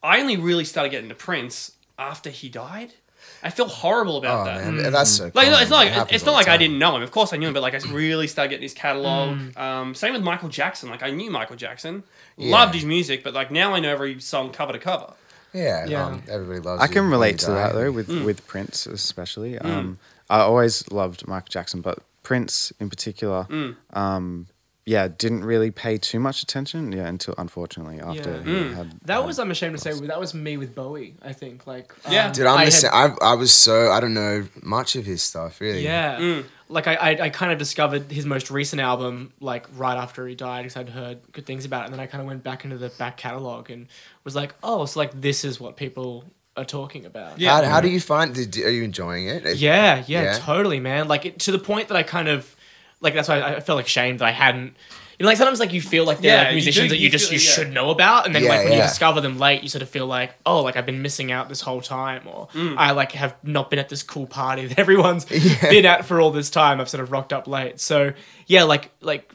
[SPEAKER 2] I only really started getting to Prince after he died. I feel horrible about
[SPEAKER 5] Oh
[SPEAKER 2] that.
[SPEAKER 5] man, that's so.
[SPEAKER 2] Like, no,
[SPEAKER 5] common.
[SPEAKER 2] it's not
[SPEAKER 5] It
[SPEAKER 2] like
[SPEAKER 5] happens
[SPEAKER 2] it's not
[SPEAKER 5] all the
[SPEAKER 2] like I
[SPEAKER 5] time.
[SPEAKER 2] didn't know him. Of course, I knew him, but like I really started getting his catalog.
[SPEAKER 1] Mm.
[SPEAKER 2] Um, same with Michael Jackson. Like I knew Michael Jackson, loved his music, but like now I know every song cover to cover.
[SPEAKER 5] Yeah,
[SPEAKER 1] Yeah.
[SPEAKER 5] um, everybody loves.
[SPEAKER 3] I
[SPEAKER 5] you
[SPEAKER 3] can
[SPEAKER 5] when
[SPEAKER 3] relate
[SPEAKER 5] you
[SPEAKER 3] to that
[SPEAKER 5] die.
[SPEAKER 3] though with with Prince especially. Um, I always loved Michael Jackson, but Prince in particular, um, yeah, didn't really pay too much attention. Yeah, until unfortunately after
[SPEAKER 1] Yeah.
[SPEAKER 3] he had
[SPEAKER 1] That
[SPEAKER 3] um,
[SPEAKER 1] was I'm ashamed to say that was me with Bowie. I think like um,
[SPEAKER 2] Yeah.
[SPEAKER 5] Dude, I'm
[SPEAKER 1] I had-
[SPEAKER 5] the sa- I, I was so I don't know much of his stuff really.
[SPEAKER 1] Yeah. Like I, I, I kind of discovered his most recent album like right after he died because I'd heard good things about it, and then I kind of went back into the back catalog and was like, oh, so like this is what people are talking about.
[SPEAKER 2] Yeah.
[SPEAKER 5] How, how do you find? Did, are you enjoying it? It-
[SPEAKER 1] Yeah, yeah,
[SPEAKER 5] Yeah.
[SPEAKER 1] totally, man. Like it, to the point that I kind of like that's why I, I felt like shamed that I hadn't. You know, like sometimes like you feel like they're
[SPEAKER 2] Yeah,
[SPEAKER 1] like
[SPEAKER 2] you
[SPEAKER 1] musicians
[SPEAKER 2] do-
[SPEAKER 1] that you,
[SPEAKER 2] you
[SPEAKER 1] just
[SPEAKER 2] feel-
[SPEAKER 1] you
[SPEAKER 2] yeah.
[SPEAKER 1] should know about, and then
[SPEAKER 5] Yeah,
[SPEAKER 1] like when you
[SPEAKER 5] yeah.
[SPEAKER 1] discover them late, you sort of feel like oh, like I've been missing out this whole time, or
[SPEAKER 2] Mm.
[SPEAKER 1] I like have not been at this cool party that everyone's been at for all this time. I've sort of rocked up late, so yeah, like like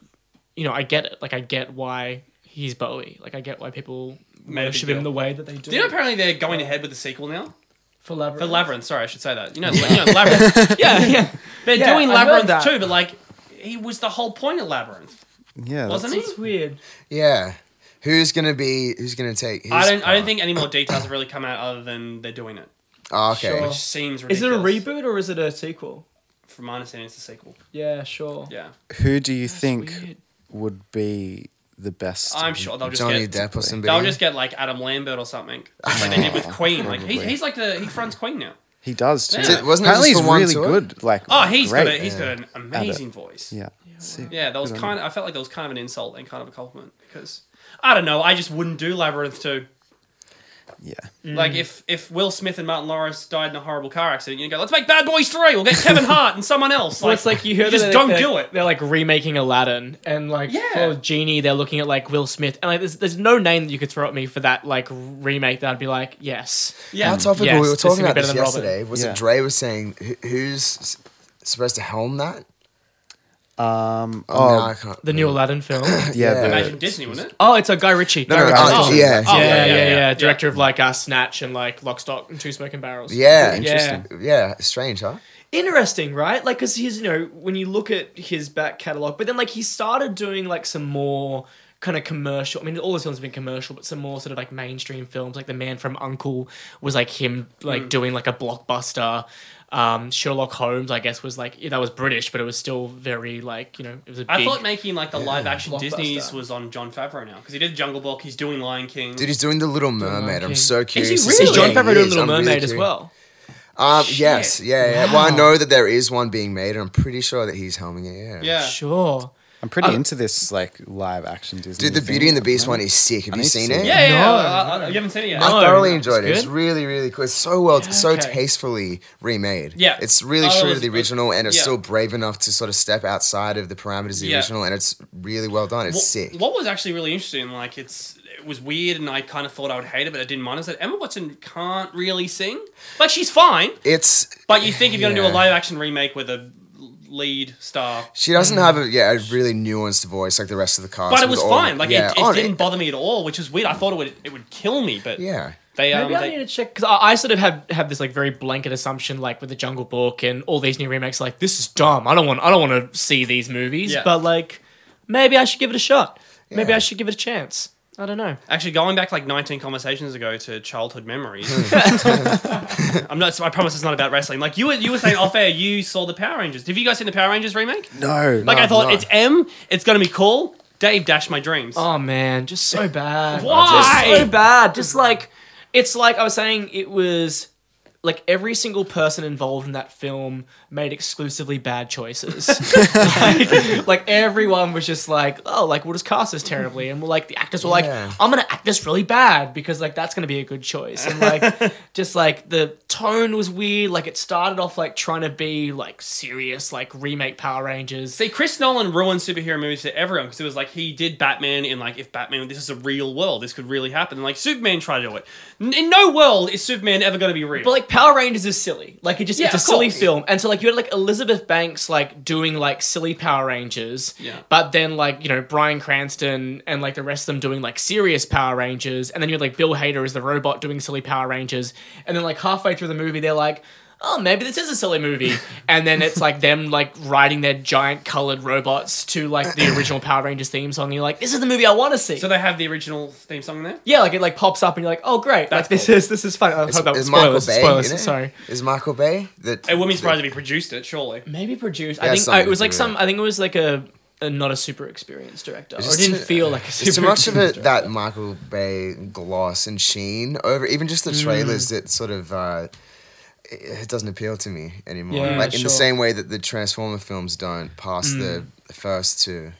[SPEAKER 1] you know, I get it. Like I get why he's Bowie. Like I get why people
[SPEAKER 2] Made a big
[SPEAKER 1] worship him
[SPEAKER 2] deal.
[SPEAKER 1] the way that they do.
[SPEAKER 2] Do you know apparently they're going ahead with the sequel now?
[SPEAKER 1] for Labyrinth.
[SPEAKER 2] The Labyrinth, sorry, I should say that. You know, you know Labyrinth.
[SPEAKER 1] Yeah, yeah.
[SPEAKER 2] They're
[SPEAKER 1] Yeah,
[SPEAKER 2] doing
[SPEAKER 1] I heard
[SPEAKER 2] Labyrinth
[SPEAKER 1] that.
[SPEAKER 2] too, but like he was the whole point of Labyrinth,
[SPEAKER 3] yeah,
[SPEAKER 2] wasn't he?
[SPEAKER 1] It's weird.
[SPEAKER 5] yeah. Who's gonna be? Who's gonna take? His
[SPEAKER 2] I don't I
[SPEAKER 5] part?
[SPEAKER 2] don't think any more details have really come out other than they're doing it.
[SPEAKER 5] Oh, okay.
[SPEAKER 2] Which seems
[SPEAKER 1] Is it a
[SPEAKER 2] ridiculous.
[SPEAKER 1] reboot or is it a sequel?
[SPEAKER 2] From my understanding it's a sequel.
[SPEAKER 1] Yeah, sure.
[SPEAKER 2] Yeah.
[SPEAKER 3] Who do you think
[SPEAKER 1] weird.
[SPEAKER 3] would be the best?
[SPEAKER 2] I'm sure they'll just
[SPEAKER 5] Johnny
[SPEAKER 2] get
[SPEAKER 5] Depp or somebody.
[SPEAKER 2] They'll just get like Adam Lambert or something, like they did with Queen. Like he,
[SPEAKER 5] Probably.
[SPEAKER 2] he's like the he fronts Queen now.
[SPEAKER 3] He does too.
[SPEAKER 2] Yeah. Did-
[SPEAKER 5] wasn't it
[SPEAKER 3] Apparently he's
[SPEAKER 5] just for one
[SPEAKER 3] really
[SPEAKER 5] tour?
[SPEAKER 3] good. Like
[SPEAKER 2] Oh, he's
[SPEAKER 3] great.
[SPEAKER 2] got a, he's got an amazing voice.
[SPEAKER 3] yeah. Sick.
[SPEAKER 2] yeah. That was
[SPEAKER 3] Good on
[SPEAKER 2] kind. Of, I felt like that was kind of an insult and kind of a compliment because I don't know. I just wouldn't do Labyrinth two.
[SPEAKER 3] Yeah.
[SPEAKER 1] Mm.
[SPEAKER 2] Like if if Will Smith and Martin Lawrence died in a horrible car accident, you go, let's make Bad Boys three. We'll get Kevin Hart and someone else.
[SPEAKER 1] Well, it's like you hear that
[SPEAKER 2] just
[SPEAKER 1] they-
[SPEAKER 2] don't
[SPEAKER 1] they're-
[SPEAKER 2] do it.
[SPEAKER 1] They're like remaking Aladdin, and like
[SPEAKER 2] Yeah.
[SPEAKER 1] for Genie, they're looking at like Will Smith, and like there's, there's no name that you could throw at me for that like remake that I'd be like, yes,
[SPEAKER 2] Yeah.
[SPEAKER 5] How topical
[SPEAKER 1] Yes,
[SPEAKER 5] we were
[SPEAKER 1] this would
[SPEAKER 5] talking
[SPEAKER 1] be
[SPEAKER 5] about
[SPEAKER 1] better
[SPEAKER 5] this
[SPEAKER 1] than Robin.
[SPEAKER 5] yesterday was
[SPEAKER 3] Yeah.
[SPEAKER 5] that Dre was saying who- who's s- supposed to helm that?
[SPEAKER 3] Um.
[SPEAKER 5] Oh,
[SPEAKER 3] Oh.
[SPEAKER 5] no, I can't.
[SPEAKER 1] the new Aladdin film.
[SPEAKER 3] yeah.
[SPEAKER 5] Yeah.
[SPEAKER 3] the-
[SPEAKER 2] Imagine Disney, wouldn't it?
[SPEAKER 1] oh, it's a Guy Ritchie.
[SPEAKER 5] No,
[SPEAKER 1] Guy
[SPEAKER 5] no,
[SPEAKER 1] Ritchie.
[SPEAKER 5] oh,
[SPEAKER 1] Oh,
[SPEAKER 5] yeah,
[SPEAKER 1] yeah, yeah, yeah,
[SPEAKER 2] yeah, yeah.
[SPEAKER 1] Director of like uh, Snatch and like Lock, Stock, and Two Smoking Barrels.
[SPEAKER 5] yeah,
[SPEAKER 1] Interesting.
[SPEAKER 5] yeah, Strange, huh?
[SPEAKER 1] interesting, right? Like, because he's, you know, when you look at his back catalog, but then like he started doing like some more kind of commercial. I mean, all his films have been commercial, but some more sort of like mainstream films, like The Man from Uncle was like him like doing like a blockbuster. Um, Sherlock Holmes, I guess, was like yeah, that was British, but it was still very like you know it was a
[SPEAKER 2] I
[SPEAKER 1] big.
[SPEAKER 2] thought making like the live action Disney's
[SPEAKER 1] Blockbuster.
[SPEAKER 2] was on John Favreau now because he did Jungle Book. He's doing Lion King.
[SPEAKER 5] Dude, he's doing the Little
[SPEAKER 1] Lion
[SPEAKER 5] Mermaid. I'm
[SPEAKER 1] King.
[SPEAKER 5] so
[SPEAKER 1] is
[SPEAKER 5] curious.
[SPEAKER 1] he
[SPEAKER 5] to see
[SPEAKER 1] really? Is John
[SPEAKER 5] what
[SPEAKER 1] Favreau
[SPEAKER 5] it
[SPEAKER 1] doing
[SPEAKER 5] is.
[SPEAKER 1] Little
[SPEAKER 5] I'm really
[SPEAKER 1] Mermaid as
[SPEAKER 5] curious.
[SPEAKER 1] well?
[SPEAKER 5] Um,
[SPEAKER 2] Shit.
[SPEAKER 5] yes, yeah, yeah. Well, I
[SPEAKER 1] Wow.
[SPEAKER 5] know that there is one being made, and I'm pretty sure that he's helming it. Yeah.
[SPEAKER 2] yeah.
[SPEAKER 1] Sure.
[SPEAKER 3] I'm pretty
[SPEAKER 1] Oh.
[SPEAKER 3] into this like live action Disney.
[SPEAKER 5] Dude, the Beauty and the Beast one is sick. Have
[SPEAKER 3] I
[SPEAKER 5] you
[SPEAKER 3] need to
[SPEAKER 5] seen
[SPEAKER 3] see
[SPEAKER 5] it?
[SPEAKER 3] it.
[SPEAKER 2] Yeah, yeah, yeah.
[SPEAKER 1] No,
[SPEAKER 2] I- I-
[SPEAKER 1] no.
[SPEAKER 2] you haven't seen it yet.
[SPEAKER 5] I
[SPEAKER 1] No,
[SPEAKER 5] thoroughly
[SPEAKER 1] it's
[SPEAKER 5] enjoyed it. It's
[SPEAKER 1] good?
[SPEAKER 5] really, really cool. It's so well, so
[SPEAKER 1] okay.
[SPEAKER 5] tastefully remade.
[SPEAKER 2] Yeah.
[SPEAKER 5] it's really
[SPEAKER 2] Oh,
[SPEAKER 5] true to
[SPEAKER 2] it's-
[SPEAKER 5] the original, and it's
[SPEAKER 2] yeah.
[SPEAKER 5] still brave enough to sort of step outside of the parameters of the
[SPEAKER 2] Yeah.
[SPEAKER 5] original, and it's really well done. It's
[SPEAKER 2] what,
[SPEAKER 5] sick.
[SPEAKER 2] what was actually really interesting, like it's it was weird, and I kind of thought I would hate it, but I didn't mind. Is that Emma Watson can't really sing? Like she's fine,
[SPEAKER 5] It's
[SPEAKER 2] but you think if you're gonna do a
[SPEAKER 5] Yeah.
[SPEAKER 2] live action remake with a l- lead star,
[SPEAKER 5] she doesn't have a yeah a really nuanced voice like the rest of the cast.
[SPEAKER 2] Mm. but it
[SPEAKER 5] with
[SPEAKER 2] was
[SPEAKER 5] all-
[SPEAKER 2] fine. Like
[SPEAKER 5] yeah,
[SPEAKER 2] it, it
[SPEAKER 5] oh,
[SPEAKER 2] didn't bother me at all, which is weird. I thought it would it would kill me, but
[SPEAKER 5] Yeah,
[SPEAKER 2] they um
[SPEAKER 1] Maybe I need
[SPEAKER 2] they,
[SPEAKER 1] to check because I, I sort of have have this like very blanket assumption, like with the Jungle Book and all these new remakes, like this is dumb. I don't want I don't want to see these movies,
[SPEAKER 2] Yeah.
[SPEAKER 1] but like maybe I should give it a shot. Maybe
[SPEAKER 5] Yeah.
[SPEAKER 1] I should give it a chance. I don't know.
[SPEAKER 2] actually going back like 19 conversations ago to childhood memories. I'm not. I promise it's not about wrestling. Like you were you were saying off air, you saw the Power Rangers. Have you guys seen the Power Rangers remake?
[SPEAKER 3] no.
[SPEAKER 2] Like I thought
[SPEAKER 5] no.
[SPEAKER 2] it's M. It's gonna be cool. Dave dashed my dreams.
[SPEAKER 1] Oh man, just so bad.
[SPEAKER 2] Why?
[SPEAKER 1] Just so bad. Just like it's like I was saying, it was like every single person involved in that film made exclusively bad choices. like, like, everyone was just like, oh, like we'll just cast this terribly, and we're like the actors were
[SPEAKER 5] Yeah.
[SPEAKER 1] like, I'm gonna act this really bad because like that's gonna be a good choice, and like just like the tone was weird. Like it started off like trying to be like serious, like remake Power Rangers.
[SPEAKER 2] See, Chris Nolan ruined superhero movies for everyone because it was like he did Batman in like if Batman this is a real world, this could really happen. And like Superman tried to do it. N- In no world is Superman ever going to be real.
[SPEAKER 1] But like Power Rangers is silly. Like it just
[SPEAKER 2] Yeah,
[SPEAKER 1] it's a
[SPEAKER 2] of
[SPEAKER 1] silly
[SPEAKER 2] course.
[SPEAKER 1] film. And so like you had like Elizabeth Banks like doing like silly Power Rangers.
[SPEAKER 2] Yeah.
[SPEAKER 1] But then like, you know, Brian Cranston and like the rest of them doing like serious Power Rangers. And then you had like Bill Hader as the robot doing silly Power Rangers. And then like halfway through the movie they're like Oh, maybe this is a silly movie, and then it's like them like riding their giant colored robots to like the original Power Rangers theme song. And you're like, this is the movie I want to see.
[SPEAKER 2] So they have the original theme song there.
[SPEAKER 1] Yeah, like it like pops up and you're like, oh great,
[SPEAKER 2] That's
[SPEAKER 1] like this
[SPEAKER 2] cool.
[SPEAKER 1] is this is fun. Oh, I hope that was
[SPEAKER 5] Is Michael
[SPEAKER 1] spoilers.
[SPEAKER 5] Bay?
[SPEAKER 1] spoilers.
[SPEAKER 5] in it?
[SPEAKER 1] Sorry.
[SPEAKER 5] Is Michael Bay? That
[SPEAKER 2] It wouldn't be surprised if he produced it. Surely.
[SPEAKER 1] Maybe produced.
[SPEAKER 5] Yeah,
[SPEAKER 1] I think I,
[SPEAKER 5] something
[SPEAKER 1] it was
[SPEAKER 5] to
[SPEAKER 1] like
[SPEAKER 5] do
[SPEAKER 1] some.
[SPEAKER 5] with
[SPEAKER 1] I think it was like a, a not a super experienced director. Or it
[SPEAKER 5] just
[SPEAKER 1] didn't
[SPEAKER 5] too-
[SPEAKER 1] feel like a super.
[SPEAKER 5] It's too much of
[SPEAKER 1] experienced
[SPEAKER 5] it that Michael Bay gloss and sheen over even just the trailers that sort of uh, it it doesn't appeal to me anymore.
[SPEAKER 1] Yeah,
[SPEAKER 5] like in
[SPEAKER 1] sure.
[SPEAKER 5] the same way that the Transformer films don't past the first two.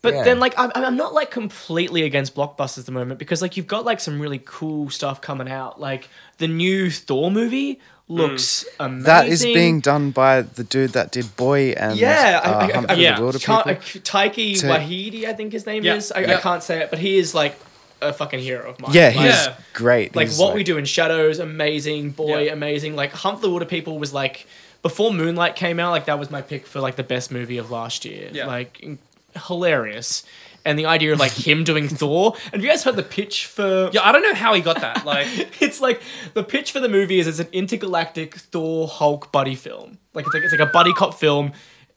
[SPEAKER 1] But
[SPEAKER 5] Yeah.
[SPEAKER 1] then, like, I'm, I'm not like completely against blockbusters at the moment because, like, you've got like some really cool stuff coming out. Like the new Thor movie looks amazing.
[SPEAKER 3] That is being done by the dude that did Boy and
[SPEAKER 1] Yeah, I,
[SPEAKER 3] uh,
[SPEAKER 1] I,
[SPEAKER 3] Hunt
[SPEAKER 1] I,
[SPEAKER 3] for
[SPEAKER 2] yeah.
[SPEAKER 3] the Wilder
[SPEAKER 1] can't,
[SPEAKER 3] People.
[SPEAKER 1] I- Taiki
[SPEAKER 3] To-
[SPEAKER 1] Wahidi, I think his name
[SPEAKER 2] Yeah.
[SPEAKER 1] is. I,
[SPEAKER 2] Yeah.
[SPEAKER 1] I can't say it, but he is like a fucking hero of mine.
[SPEAKER 3] Yeah,
[SPEAKER 1] Like,
[SPEAKER 3] he's
[SPEAKER 2] Yeah.
[SPEAKER 3] great.
[SPEAKER 1] like
[SPEAKER 3] He's
[SPEAKER 1] what we do in shadows amazing boy
[SPEAKER 2] Yeah.
[SPEAKER 1] amazing like hunt for the water people was like before moonlight came out like that was my pick for like the best movie of last year
[SPEAKER 2] Yeah.
[SPEAKER 1] like in- hilarious and the idea of like him doing thor and have you guys heard the pitch for
[SPEAKER 2] Yeah, I don't know how he got that. Like,
[SPEAKER 1] it's like the pitch for the movie is it's an intergalactic Thor Hulk buddy film. Like it's like it's like a buddy cop film,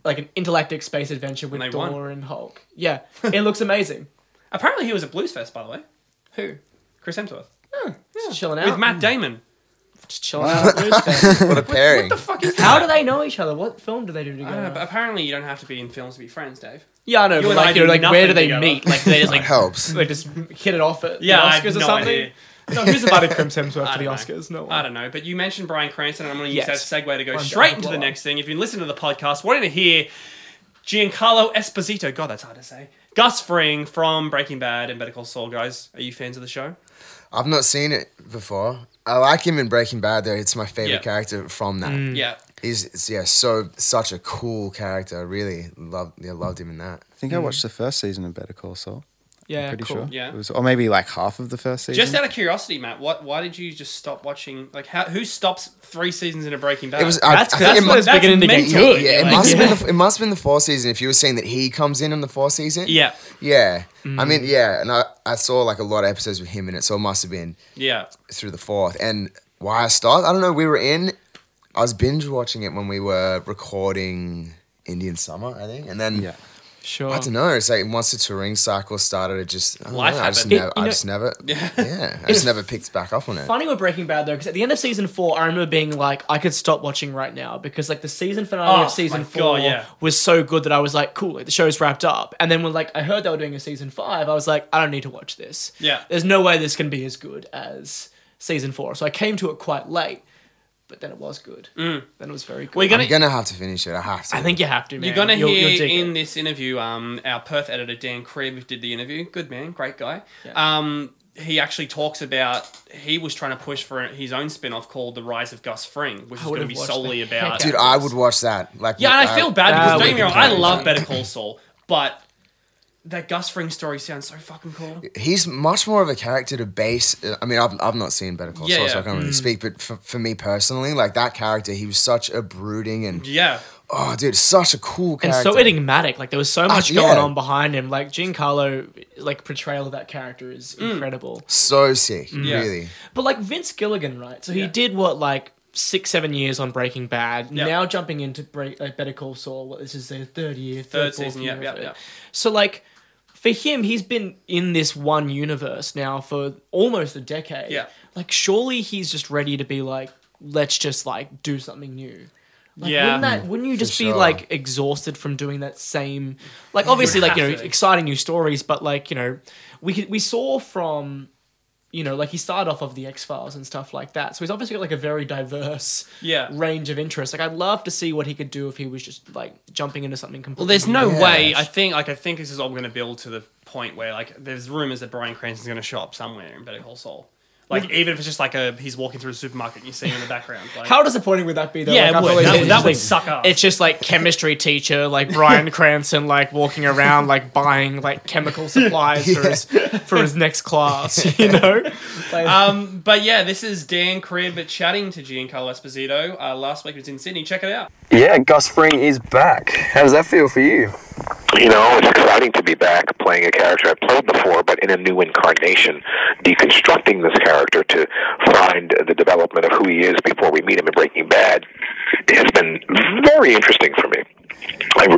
[SPEAKER 1] like an intergalactic space adventure with
[SPEAKER 2] And they
[SPEAKER 1] Thor
[SPEAKER 2] won.
[SPEAKER 1] and Hulk. Yeah, it looks amazing.
[SPEAKER 2] apparently he was at Blues Fest, by the way.
[SPEAKER 1] Who?
[SPEAKER 2] Chris Hemsworth
[SPEAKER 1] Just chilling out.
[SPEAKER 2] with Matt Damon.
[SPEAKER 1] Just chilling out. Thursday.
[SPEAKER 5] What a pairing.
[SPEAKER 2] The fuck is that?
[SPEAKER 1] How do they know each other? What film do they do
[SPEAKER 2] I
[SPEAKER 1] together?
[SPEAKER 2] don't know, but apparently you don't have to be in films to be friends, Dave.
[SPEAKER 1] Yeah, I know.
[SPEAKER 2] You
[SPEAKER 1] but
[SPEAKER 2] and I
[SPEAKER 1] like, you know,
[SPEAKER 2] do
[SPEAKER 1] like where do
[SPEAKER 2] nothing
[SPEAKER 1] they
[SPEAKER 2] together.
[SPEAKER 1] meet? Like they just like
[SPEAKER 5] helps.
[SPEAKER 1] they just hit it off at
[SPEAKER 2] Yeah, I
[SPEAKER 1] the
[SPEAKER 2] have
[SPEAKER 1] Oscars or
[SPEAKER 2] no
[SPEAKER 1] something.
[SPEAKER 2] idea.
[SPEAKER 1] No, who's invited Chris Hemsworth to
[SPEAKER 2] don't
[SPEAKER 1] the
[SPEAKER 2] know.
[SPEAKER 1] Oscars? No
[SPEAKER 2] I
[SPEAKER 1] one.
[SPEAKER 2] don't know, but you mentioned Brian Cranston, and I'm going to use
[SPEAKER 1] Yes.
[SPEAKER 2] that segue to go
[SPEAKER 1] Wonder-
[SPEAKER 2] straight into the
[SPEAKER 1] Wonder-
[SPEAKER 2] next thing. If you've been listening to the podcast, wanting to hear Giancarlo Esposito, God, that's hard to say, Gus Fring from Breaking Bad and Better Call Saul, guys, are you fans of the show?
[SPEAKER 5] I've not seen it before. I like him in Breaking Bad though. It's my favorite
[SPEAKER 2] Yeah. Mm.
[SPEAKER 5] character from that.
[SPEAKER 1] Mm.
[SPEAKER 2] Yeah.
[SPEAKER 5] He's it's, yeah, so such a cool character. I really loved yeah, loved him in that.
[SPEAKER 3] I think I watched the first season of Better Call Saul.
[SPEAKER 1] Yeah,
[SPEAKER 3] Pretty
[SPEAKER 1] cool.
[SPEAKER 3] sure.
[SPEAKER 2] Yeah.
[SPEAKER 3] It was, or maybe like half of the first season.
[SPEAKER 2] Just out of curiosity, Matt, what? Why did you just stop watching? Like, how, who stops three seasons in a Breaking Bad?
[SPEAKER 5] It was I,
[SPEAKER 1] That's,
[SPEAKER 5] I
[SPEAKER 1] that's
[SPEAKER 5] think it,
[SPEAKER 1] when
[SPEAKER 5] mu-
[SPEAKER 1] it's beginning to get
[SPEAKER 2] mental.
[SPEAKER 1] good.
[SPEAKER 5] yeah, it
[SPEAKER 1] Like,
[SPEAKER 5] must
[SPEAKER 1] yeah.
[SPEAKER 5] have been the, it must have been the fourth season if you were saying that he comes in in the fourth season.
[SPEAKER 2] yeah,
[SPEAKER 5] Yeah. I mean, yeah, and I, I saw like a lot of episodes with him in it, so it must have been
[SPEAKER 2] yeah.
[SPEAKER 5] through the fourth. And why I started, I don't know, we were in, I was binge watching it when we were recording Indian Summer, I think. And then,
[SPEAKER 3] Yeah.
[SPEAKER 1] Sure.
[SPEAKER 5] I don't know, it's like once the touring cycle started, it just, I, don't
[SPEAKER 2] Life
[SPEAKER 5] know, I just,
[SPEAKER 2] happened.
[SPEAKER 1] It-
[SPEAKER 5] never,
[SPEAKER 1] you
[SPEAKER 5] I
[SPEAKER 1] know-
[SPEAKER 5] just never, yeah, I just never picked back up on it.
[SPEAKER 1] funny with Breaking Bad though, because at the end of season four, I remember being like, I could stop watching right now because like the season finale
[SPEAKER 2] Oh,
[SPEAKER 1] of season
[SPEAKER 2] my God,
[SPEAKER 1] four
[SPEAKER 2] yeah.
[SPEAKER 1] was so good that I was like, cool, like, the show's wrapped up. And then when like I heard they were doing a season five, I was like, I don't need to watch this.
[SPEAKER 2] Yeah.
[SPEAKER 1] there's no way this can be as good as season four. So I came to it quite late, but then it was good. Then it was very good.
[SPEAKER 2] Mm. We're
[SPEAKER 5] I'm
[SPEAKER 2] gonna.
[SPEAKER 5] going to have to finish it. I have to.
[SPEAKER 1] I think you have to. Man.
[SPEAKER 2] You're gonna
[SPEAKER 1] You'll-
[SPEAKER 2] hear
[SPEAKER 1] you'll dig
[SPEAKER 2] in
[SPEAKER 1] it.
[SPEAKER 2] this interview. Um, our Perth editor Dan Cribb did the interview. Good man, great guy.
[SPEAKER 1] Yeah.
[SPEAKER 2] Um, he actually talks about he was trying to push for his own spin-off called The Rise of Gus Fring, which is going to
[SPEAKER 1] would've
[SPEAKER 2] be
[SPEAKER 1] watched
[SPEAKER 2] solely
[SPEAKER 1] the
[SPEAKER 2] about.
[SPEAKER 1] heck
[SPEAKER 5] Dude, I would watch that. Like,
[SPEAKER 2] yeah, and I feel bad
[SPEAKER 1] Ah,
[SPEAKER 2] because
[SPEAKER 1] we
[SPEAKER 2] don't get me wrong,
[SPEAKER 5] can
[SPEAKER 2] I
[SPEAKER 5] play
[SPEAKER 2] love
[SPEAKER 5] it.
[SPEAKER 2] Better Call Saul, but that Gus Fring story sounds so fucking cool.
[SPEAKER 5] he's much more of a character to base. uh, I mean, I've, I've not seen Better Call
[SPEAKER 2] Yeah,
[SPEAKER 5] Saul, so
[SPEAKER 2] yeah.
[SPEAKER 5] I can't really speak. But for, for me personally, like that character, he was such a brooding and
[SPEAKER 2] Yeah,
[SPEAKER 5] oh, dude, such a cool
[SPEAKER 1] and
[SPEAKER 5] character. Oh,
[SPEAKER 1] so enigmatic. Like there was so much
[SPEAKER 5] yeah.
[SPEAKER 1] going on behind him. Like Giancarlo, like portrayal of that character is
[SPEAKER 2] Mm.
[SPEAKER 1] incredible.
[SPEAKER 5] so sick,
[SPEAKER 2] Yeah.
[SPEAKER 5] really.
[SPEAKER 1] But like Vince Gilligan, right? So he
[SPEAKER 2] Yeah.
[SPEAKER 1] did what like six, seven years on Breaking Bad.
[SPEAKER 2] Yeah.
[SPEAKER 1] Now jumping into Break, uh, Better Call Saul. What this is their third year,
[SPEAKER 2] third
[SPEAKER 1] third, fourth
[SPEAKER 2] season.
[SPEAKER 1] year
[SPEAKER 2] Yeah,
[SPEAKER 1] of
[SPEAKER 2] yeah,
[SPEAKER 1] it.
[SPEAKER 2] yeah.
[SPEAKER 1] So like for him, he's been in this one universe now for almost a decade.
[SPEAKER 2] Yeah.
[SPEAKER 1] Like surely he's just ready to be like, let's just like do something new. Like,
[SPEAKER 2] Yeah.
[SPEAKER 1] Wouldn't, that, wouldn't you just be
[SPEAKER 5] sure.
[SPEAKER 1] like exhausted from doing that same, like obviously like you know
[SPEAKER 2] have to.
[SPEAKER 1] exciting new stories, but like you know, we could- we saw from you know, like he started off of the X Files and stuff like that. So he's obviously got like a very diverse
[SPEAKER 2] Yeah.
[SPEAKER 1] range of interests. Like I'd love to see what he could do if he was just like jumping into something completely.
[SPEAKER 2] Well, there's no
[SPEAKER 5] Yeah.
[SPEAKER 2] way. I think like I think this is all going to build to the point where like there's rumors that Brian Cranston's going to show up somewhere in Better Call Saul. Like even if it's just like a he's walking through a supermarket and you see him in the background. Like,
[SPEAKER 1] How disappointing would that be? Though?
[SPEAKER 2] yeah,
[SPEAKER 1] Like, I
[SPEAKER 2] it would.
[SPEAKER 1] feel like
[SPEAKER 2] that,
[SPEAKER 1] it's
[SPEAKER 2] would-
[SPEAKER 1] just
[SPEAKER 2] that would
[SPEAKER 1] like-
[SPEAKER 2] suck up.
[SPEAKER 1] It's just like chemistry teacher, like Brian Cranston, like walking around, like buying like chemical supplies for his for his next class. You know, like,
[SPEAKER 2] um, but yeah, this is Dan Cribb chatting to Giancarlo Esposito. Uh, last week it was in Sydney. Check it out.
[SPEAKER 7] Yeah, Gus Fring is back. How does that feel for you?
[SPEAKER 8] You know, it's exciting to be back playing a character I played before, but in a new incarnation, deconstructing this character to find the development of who he is before we meet him in Breaking Bad has been very interesting for me. I,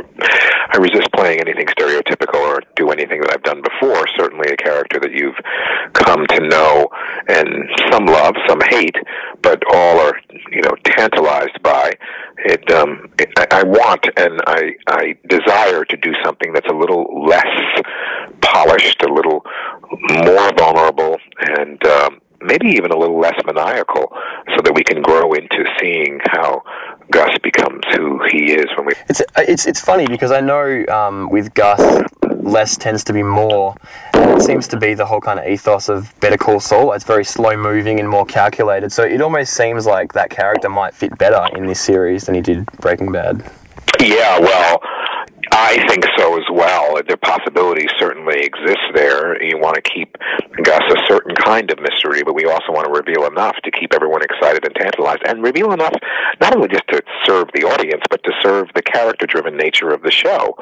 [SPEAKER 8] I resist playing anything stereotypical or do anything that I've done before. Certainly, a character that you've come to know and some love, some hate, but all are you know tantalized by it. Um, it I, I want and I I desire to do something that's a little less polished, a little more vulnerable, and. Um, maybe even a little less maniacal so that we can grow into seeing how Gus becomes who he is when we
[SPEAKER 7] It's uh, it's it's funny because I know um, with Gus, less tends to be more, and it seems to be the whole kind of ethos of Better Call Saul. It's very slow moving and more calculated. So it almost seems like that character might fit better in this series than he did Breaking Bad.
[SPEAKER 8] Yeah, well, I think so as well. The possibility certainly exists there. You want to keep Gus a certain kind of mystery, but we also want to reveal enough to keep everyone excited and tantalized, and reveal enough not only just to serve the audience, but to serve the character-driven nature of the show.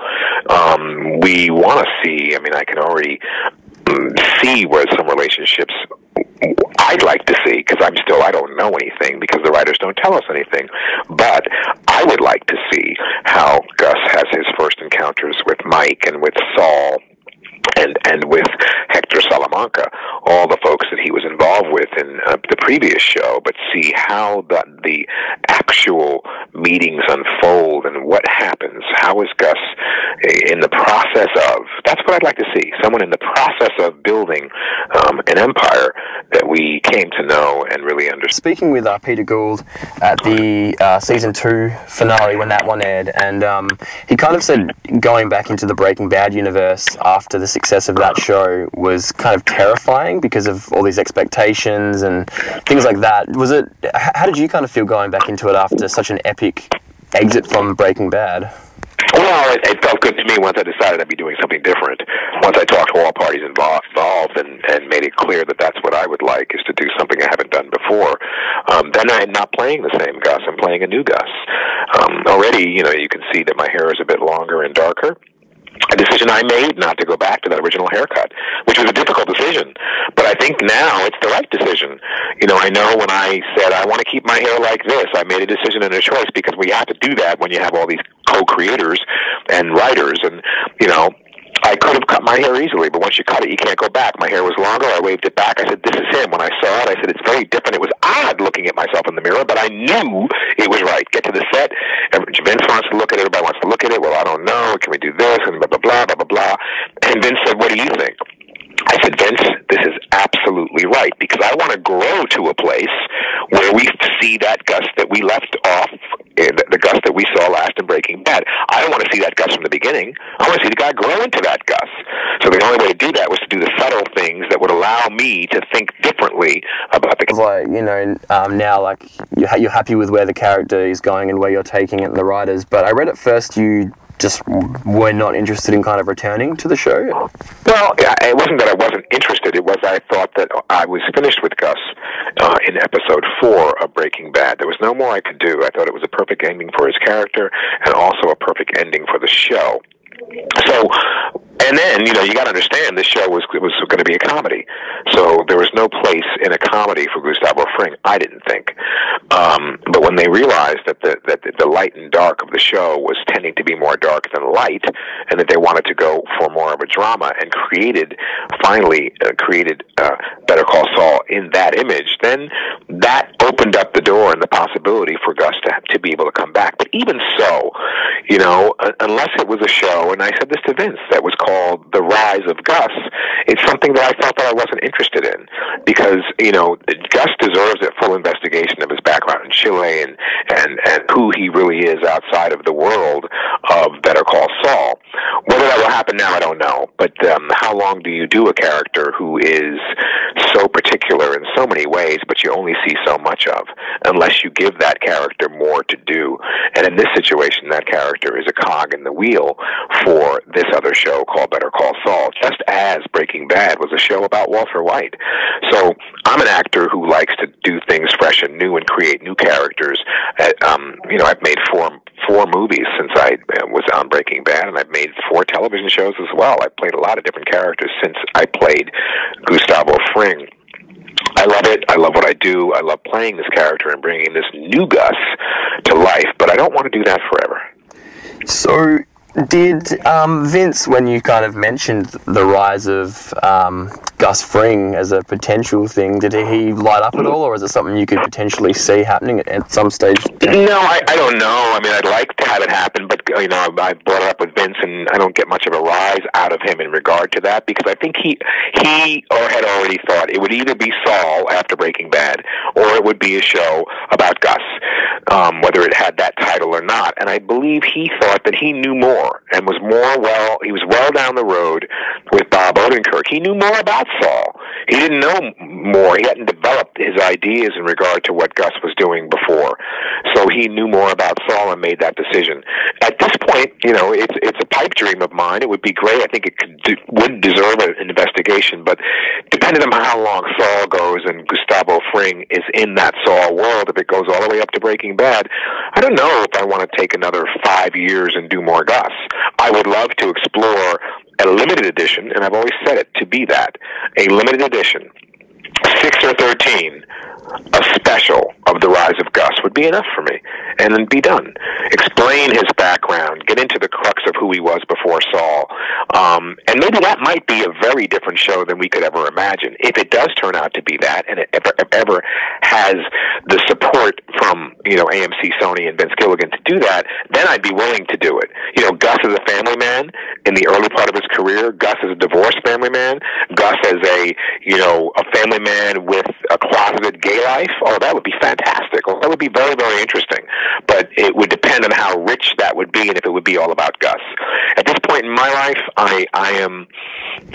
[SPEAKER 8] Um, we want to see. I mean, I can already mm, see where some relationships I'd like to see because I'm still I don't know anything because the writers don't tell us anything. But I would like to see how Gus has his first encounters with Mike and with Saul and and with Hector Salamanca, all the folks that he was involved with in uh, the previous show, but see how the the actual meetings unfold and what happens. How is Gus eh, in the process of? That's what I'd like to see. Someone in the process of building um, an empire that we came to know and really understand.
[SPEAKER 7] Speaking with uh, Peter Gould at the uh, season two finale when that one aired, and um, he kind of said going back into the Breaking Bad universe after the success of that show was kind of terrifying because of all these expectations and things like that. Was it? h- How did you kind of feel going back into it after such an epic exit from Breaking Bad?
[SPEAKER 8] Well, it, it felt good to me once I decided I'd be doing something different. Once I talked to all parties involved, involved and, and made it clear that that's what I would like is to do something I haven't done before. Um, then I'm not playing the same Gus. I'm playing a new Gus. Um, already, you know, you can see that my hair is a bit longer and darker a decision I made not to go back to that original haircut, which was a difficult decision. But I think now it's the right decision. You know, I know when I said I want to keep my hair like this, I made a decision and a choice because we have to do that when you have all these co-creators and writers and, you know, I could have cut my hair easily, but once you cut it, you can't go back. My hair was longer. I waved it back. I said, "This is him." When I saw it, I said, "It's very different." It was odd looking at myself in the mirror, but I knew it was right. Get to the set. Every- Vince wants to look at it. Everybody wants to look at it. Well, I don't know. Can we do this? And blah blah blah blah blah blah. And Vince said, "What do you think?" I said, Vince, this is absolutely right because I want to grow to a place where we see that Gus that we left off, eh, the the Gus that we saw last in Breaking Bad. I don't want to see that Gus from the beginning. I want to see the guy grow into that Gus. So the only way to do that was to do the subtle things that would allow me to think differently about the
[SPEAKER 7] It's like you know um, now like you ha- you're happy with where the character is going and where you're taking it and the writers but i read at first you just w- were not interested in kind of returning to the show
[SPEAKER 8] Well, I- it wasn't that I wasn't interested. It was I thought that I was finished with Gus uh, in episode four of Breaking Bad. There was no more I could do. I thought it was a perfect ending for his character and also a perfect ending for the show. So, and then you know you got to understand this show was was going to be a comedy, so there was no place in a comedy for Gustavo Fring. I didn't think, um, but when they realized that the that the, the light and dark of the show was tending to be more dark than light, and that they wanted to go for more of a drama, and created finally uh, created uh, Better Call Saul in that image, then that opened up the door and the possibility for Gus to, to be able to come back. But even so, you know, un- unless it was a show, and I said this to Vince, that was called The Rise of Gus, it's something that I felt that I wasn't interested in because, you know, Gus deserves a full investigation of his background in Chile and, and, and who he really is outside of the world of Better Call Saul. Whether that will happen now, I don't know. But um, how long do you do a character who is so particular? spectacular in so many ways, but you only see so much of unless you give that character more to do. And in this situation, that character is a cog in the wheel for this other show called Better Call Saul, just as Breaking Bad was a show about Walter White. So I'm an actor who likes to do things fresh and new and create new characters. Uh, Um, you know, I've made four four movies since I uh, was on Breaking Bad, and I've made four television shows as well. I've played a lot of different characters since I played Gustavo Fring. I love it. I love what I do. I love playing this character and bringing this new Gus to life, but I don't want to do that forever.
[SPEAKER 7] So, did um, Vince, when you kind of mentioned the rise of um, Gus Fring as a potential thing, did he light up at all, or is it something you could potentially see happening at, at some stage?
[SPEAKER 8] No, I, I don't know. I mean, I'd like to have it happen, but you know, I brought it up with Vince, and I don't get much of a rise out of him in regard to that because I think he he or had already thought it would either be Saul after Breaking Bad, or it would be a show about Gus, um, whether it had that title or not. And I believe he thought that he knew more and was more well. He was well down the road with Bob Odenkirk. He knew more about Saul. He didn't know m- more. He hadn't developed his ideas in regard to what Gus was doing before. So he knew more about Saul and made that decision. At this point, you know, it's it's a pipe dream of mine. It would be great. I think it could do, would deserve an investigation, but depending on how long Saul goes and Gustavo Fring is in that Saul world, if it goes all the way up to Breaking Bad, I don't know if I want to take another five years and do more Gus. I would love to explore a limited edition, and I've always said it to be that a limited edition six or thirteen, a special of the rise of Gus would be enough for me, and then be done. Explain his background, get into the crux of who he was before Saul, um, and maybe that might be a very different show than we could ever imagine. If it does turn out to be that, and it ever, ever has the support from you know AMC, Sony, and Vince Gilligan to do that, then I'd be willing to do it. You know, Gus is a family man in the early part of his career. Gus is a divorced family man. Gus is a you know a family man with a closeted gay life. Oh, that would be fantastic. Oh, that would be very very interesting. But it would depend on how rich that would be and if it would be all about Gus. At this point in my life, I I am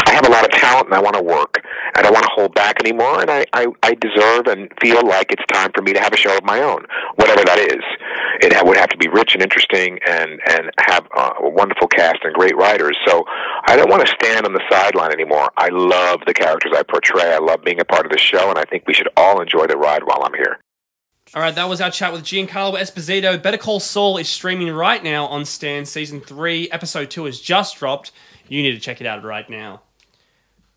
[SPEAKER 8] I have a lot of talent and I want to work. I don't want to hold back anymore. And I I, I deserve and feel like it's time for me to have a show of my own, whatever that is. It ha- would have to be rich and interesting and and have uh, a wonderful cast and great writers. So I don't want to stand on the sideline anymore. I love the characters I portray. I love being a part of the show, and I think we should all enjoy the ride while I'm here.
[SPEAKER 2] All right, that was our chat with Giancarlo Esposito. Better Call Saul is streaming right now on Stan. Season 3, Episode 2 has just dropped. You need to check it out right now.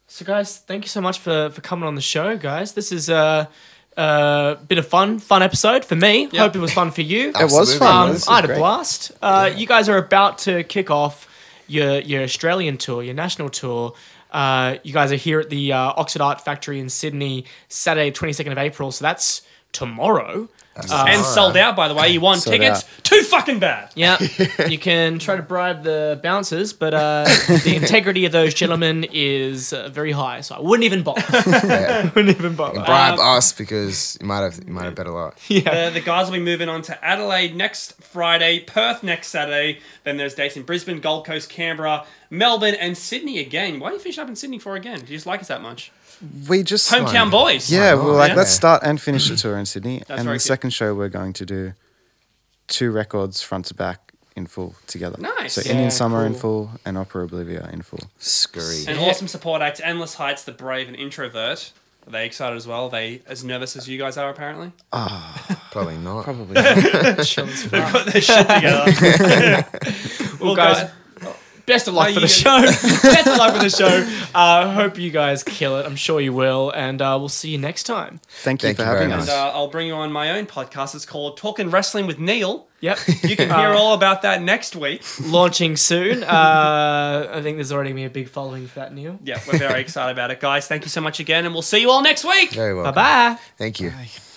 [SPEAKER 1] So, guys, thank you so much for for coming on the show, guys. This is a uh, uh, bit of fun, fun episode for me. Hope it was fun for you.
[SPEAKER 5] It was fun.
[SPEAKER 1] Um,
[SPEAKER 5] This is
[SPEAKER 1] I had a
[SPEAKER 5] great.
[SPEAKER 1] blast. Uh, You guys are about to kick off your your Australian tour, your national tour. Uh, you guys are here at the uh, Oxford Art Factory in Sydney, Saturday, twenty second of April. So that's tomorrow.
[SPEAKER 2] and sold out, by the way. You won
[SPEAKER 3] Sold
[SPEAKER 2] tickets? Too fucking bad.
[SPEAKER 1] Yeah, you can try to bribe the bouncers, but uh, the integrity of those gentlemen is uh, very high. So I wouldn't even bother. wouldn't even
[SPEAKER 2] Um,
[SPEAKER 1] bother.
[SPEAKER 5] Bribe us because you might have you might have bet a lot.
[SPEAKER 2] Uh, the guys will be moving on to Adelaide next Friday, Perth next Saturday. Then there's dates in Brisbane, Gold Coast, Canberra, Melbourne, and Sydney again. Why do you finish up in Sydney for again? Do you just like us that much?
[SPEAKER 3] We just
[SPEAKER 2] Hometown boys.
[SPEAKER 3] Yeah, we
[SPEAKER 5] Why
[SPEAKER 3] were
[SPEAKER 5] not?
[SPEAKER 3] like,
[SPEAKER 5] Yeah.
[SPEAKER 3] let's start and finish the tour in Sydney.
[SPEAKER 2] That's
[SPEAKER 3] and
[SPEAKER 2] right,
[SPEAKER 3] the
[SPEAKER 2] dude.
[SPEAKER 3] second show, we're going to do two records front to back in full together.
[SPEAKER 2] Nice.
[SPEAKER 3] So Indian
[SPEAKER 1] Yeah,
[SPEAKER 3] Summer in
[SPEAKER 1] cool.
[SPEAKER 3] full and Opera Oblivia in full.
[SPEAKER 5] Scurry.
[SPEAKER 2] And awesome support act, Endless Heights, The Brave and Introvert. Are they excited as well? Are they as nervous as you guys are, apparently?
[SPEAKER 5] Probably not. Probably.
[SPEAKER 2] They've got their shit together. well,
[SPEAKER 1] guys,
[SPEAKER 2] guys,
[SPEAKER 1] Best of luck
[SPEAKER 2] No,
[SPEAKER 1] for the
[SPEAKER 2] you-
[SPEAKER 1] show. Best of luck for the show. Uh, hope you guys kill it. I'm sure you will, and uh, we'll see you next time.
[SPEAKER 3] Thank you
[SPEAKER 5] Thank
[SPEAKER 3] for
[SPEAKER 5] you very
[SPEAKER 3] having
[SPEAKER 5] much.
[SPEAKER 3] us.
[SPEAKER 2] and, uh, I'll bring you on my own podcast. It's called Talking Wrestling with Neil.
[SPEAKER 1] Yep,
[SPEAKER 2] You can
[SPEAKER 1] Uh,
[SPEAKER 2] hear all about that next week.
[SPEAKER 1] launching soon. Uh, I think there's already gonna be a big following for that, Neil.
[SPEAKER 2] Yeah, we're very excited about it, guys. Thank you so much again, and we'll see you all next week.
[SPEAKER 5] Very well.
[SPEAKER 1] Bye bye.
[SPEAKER 5] Thank you.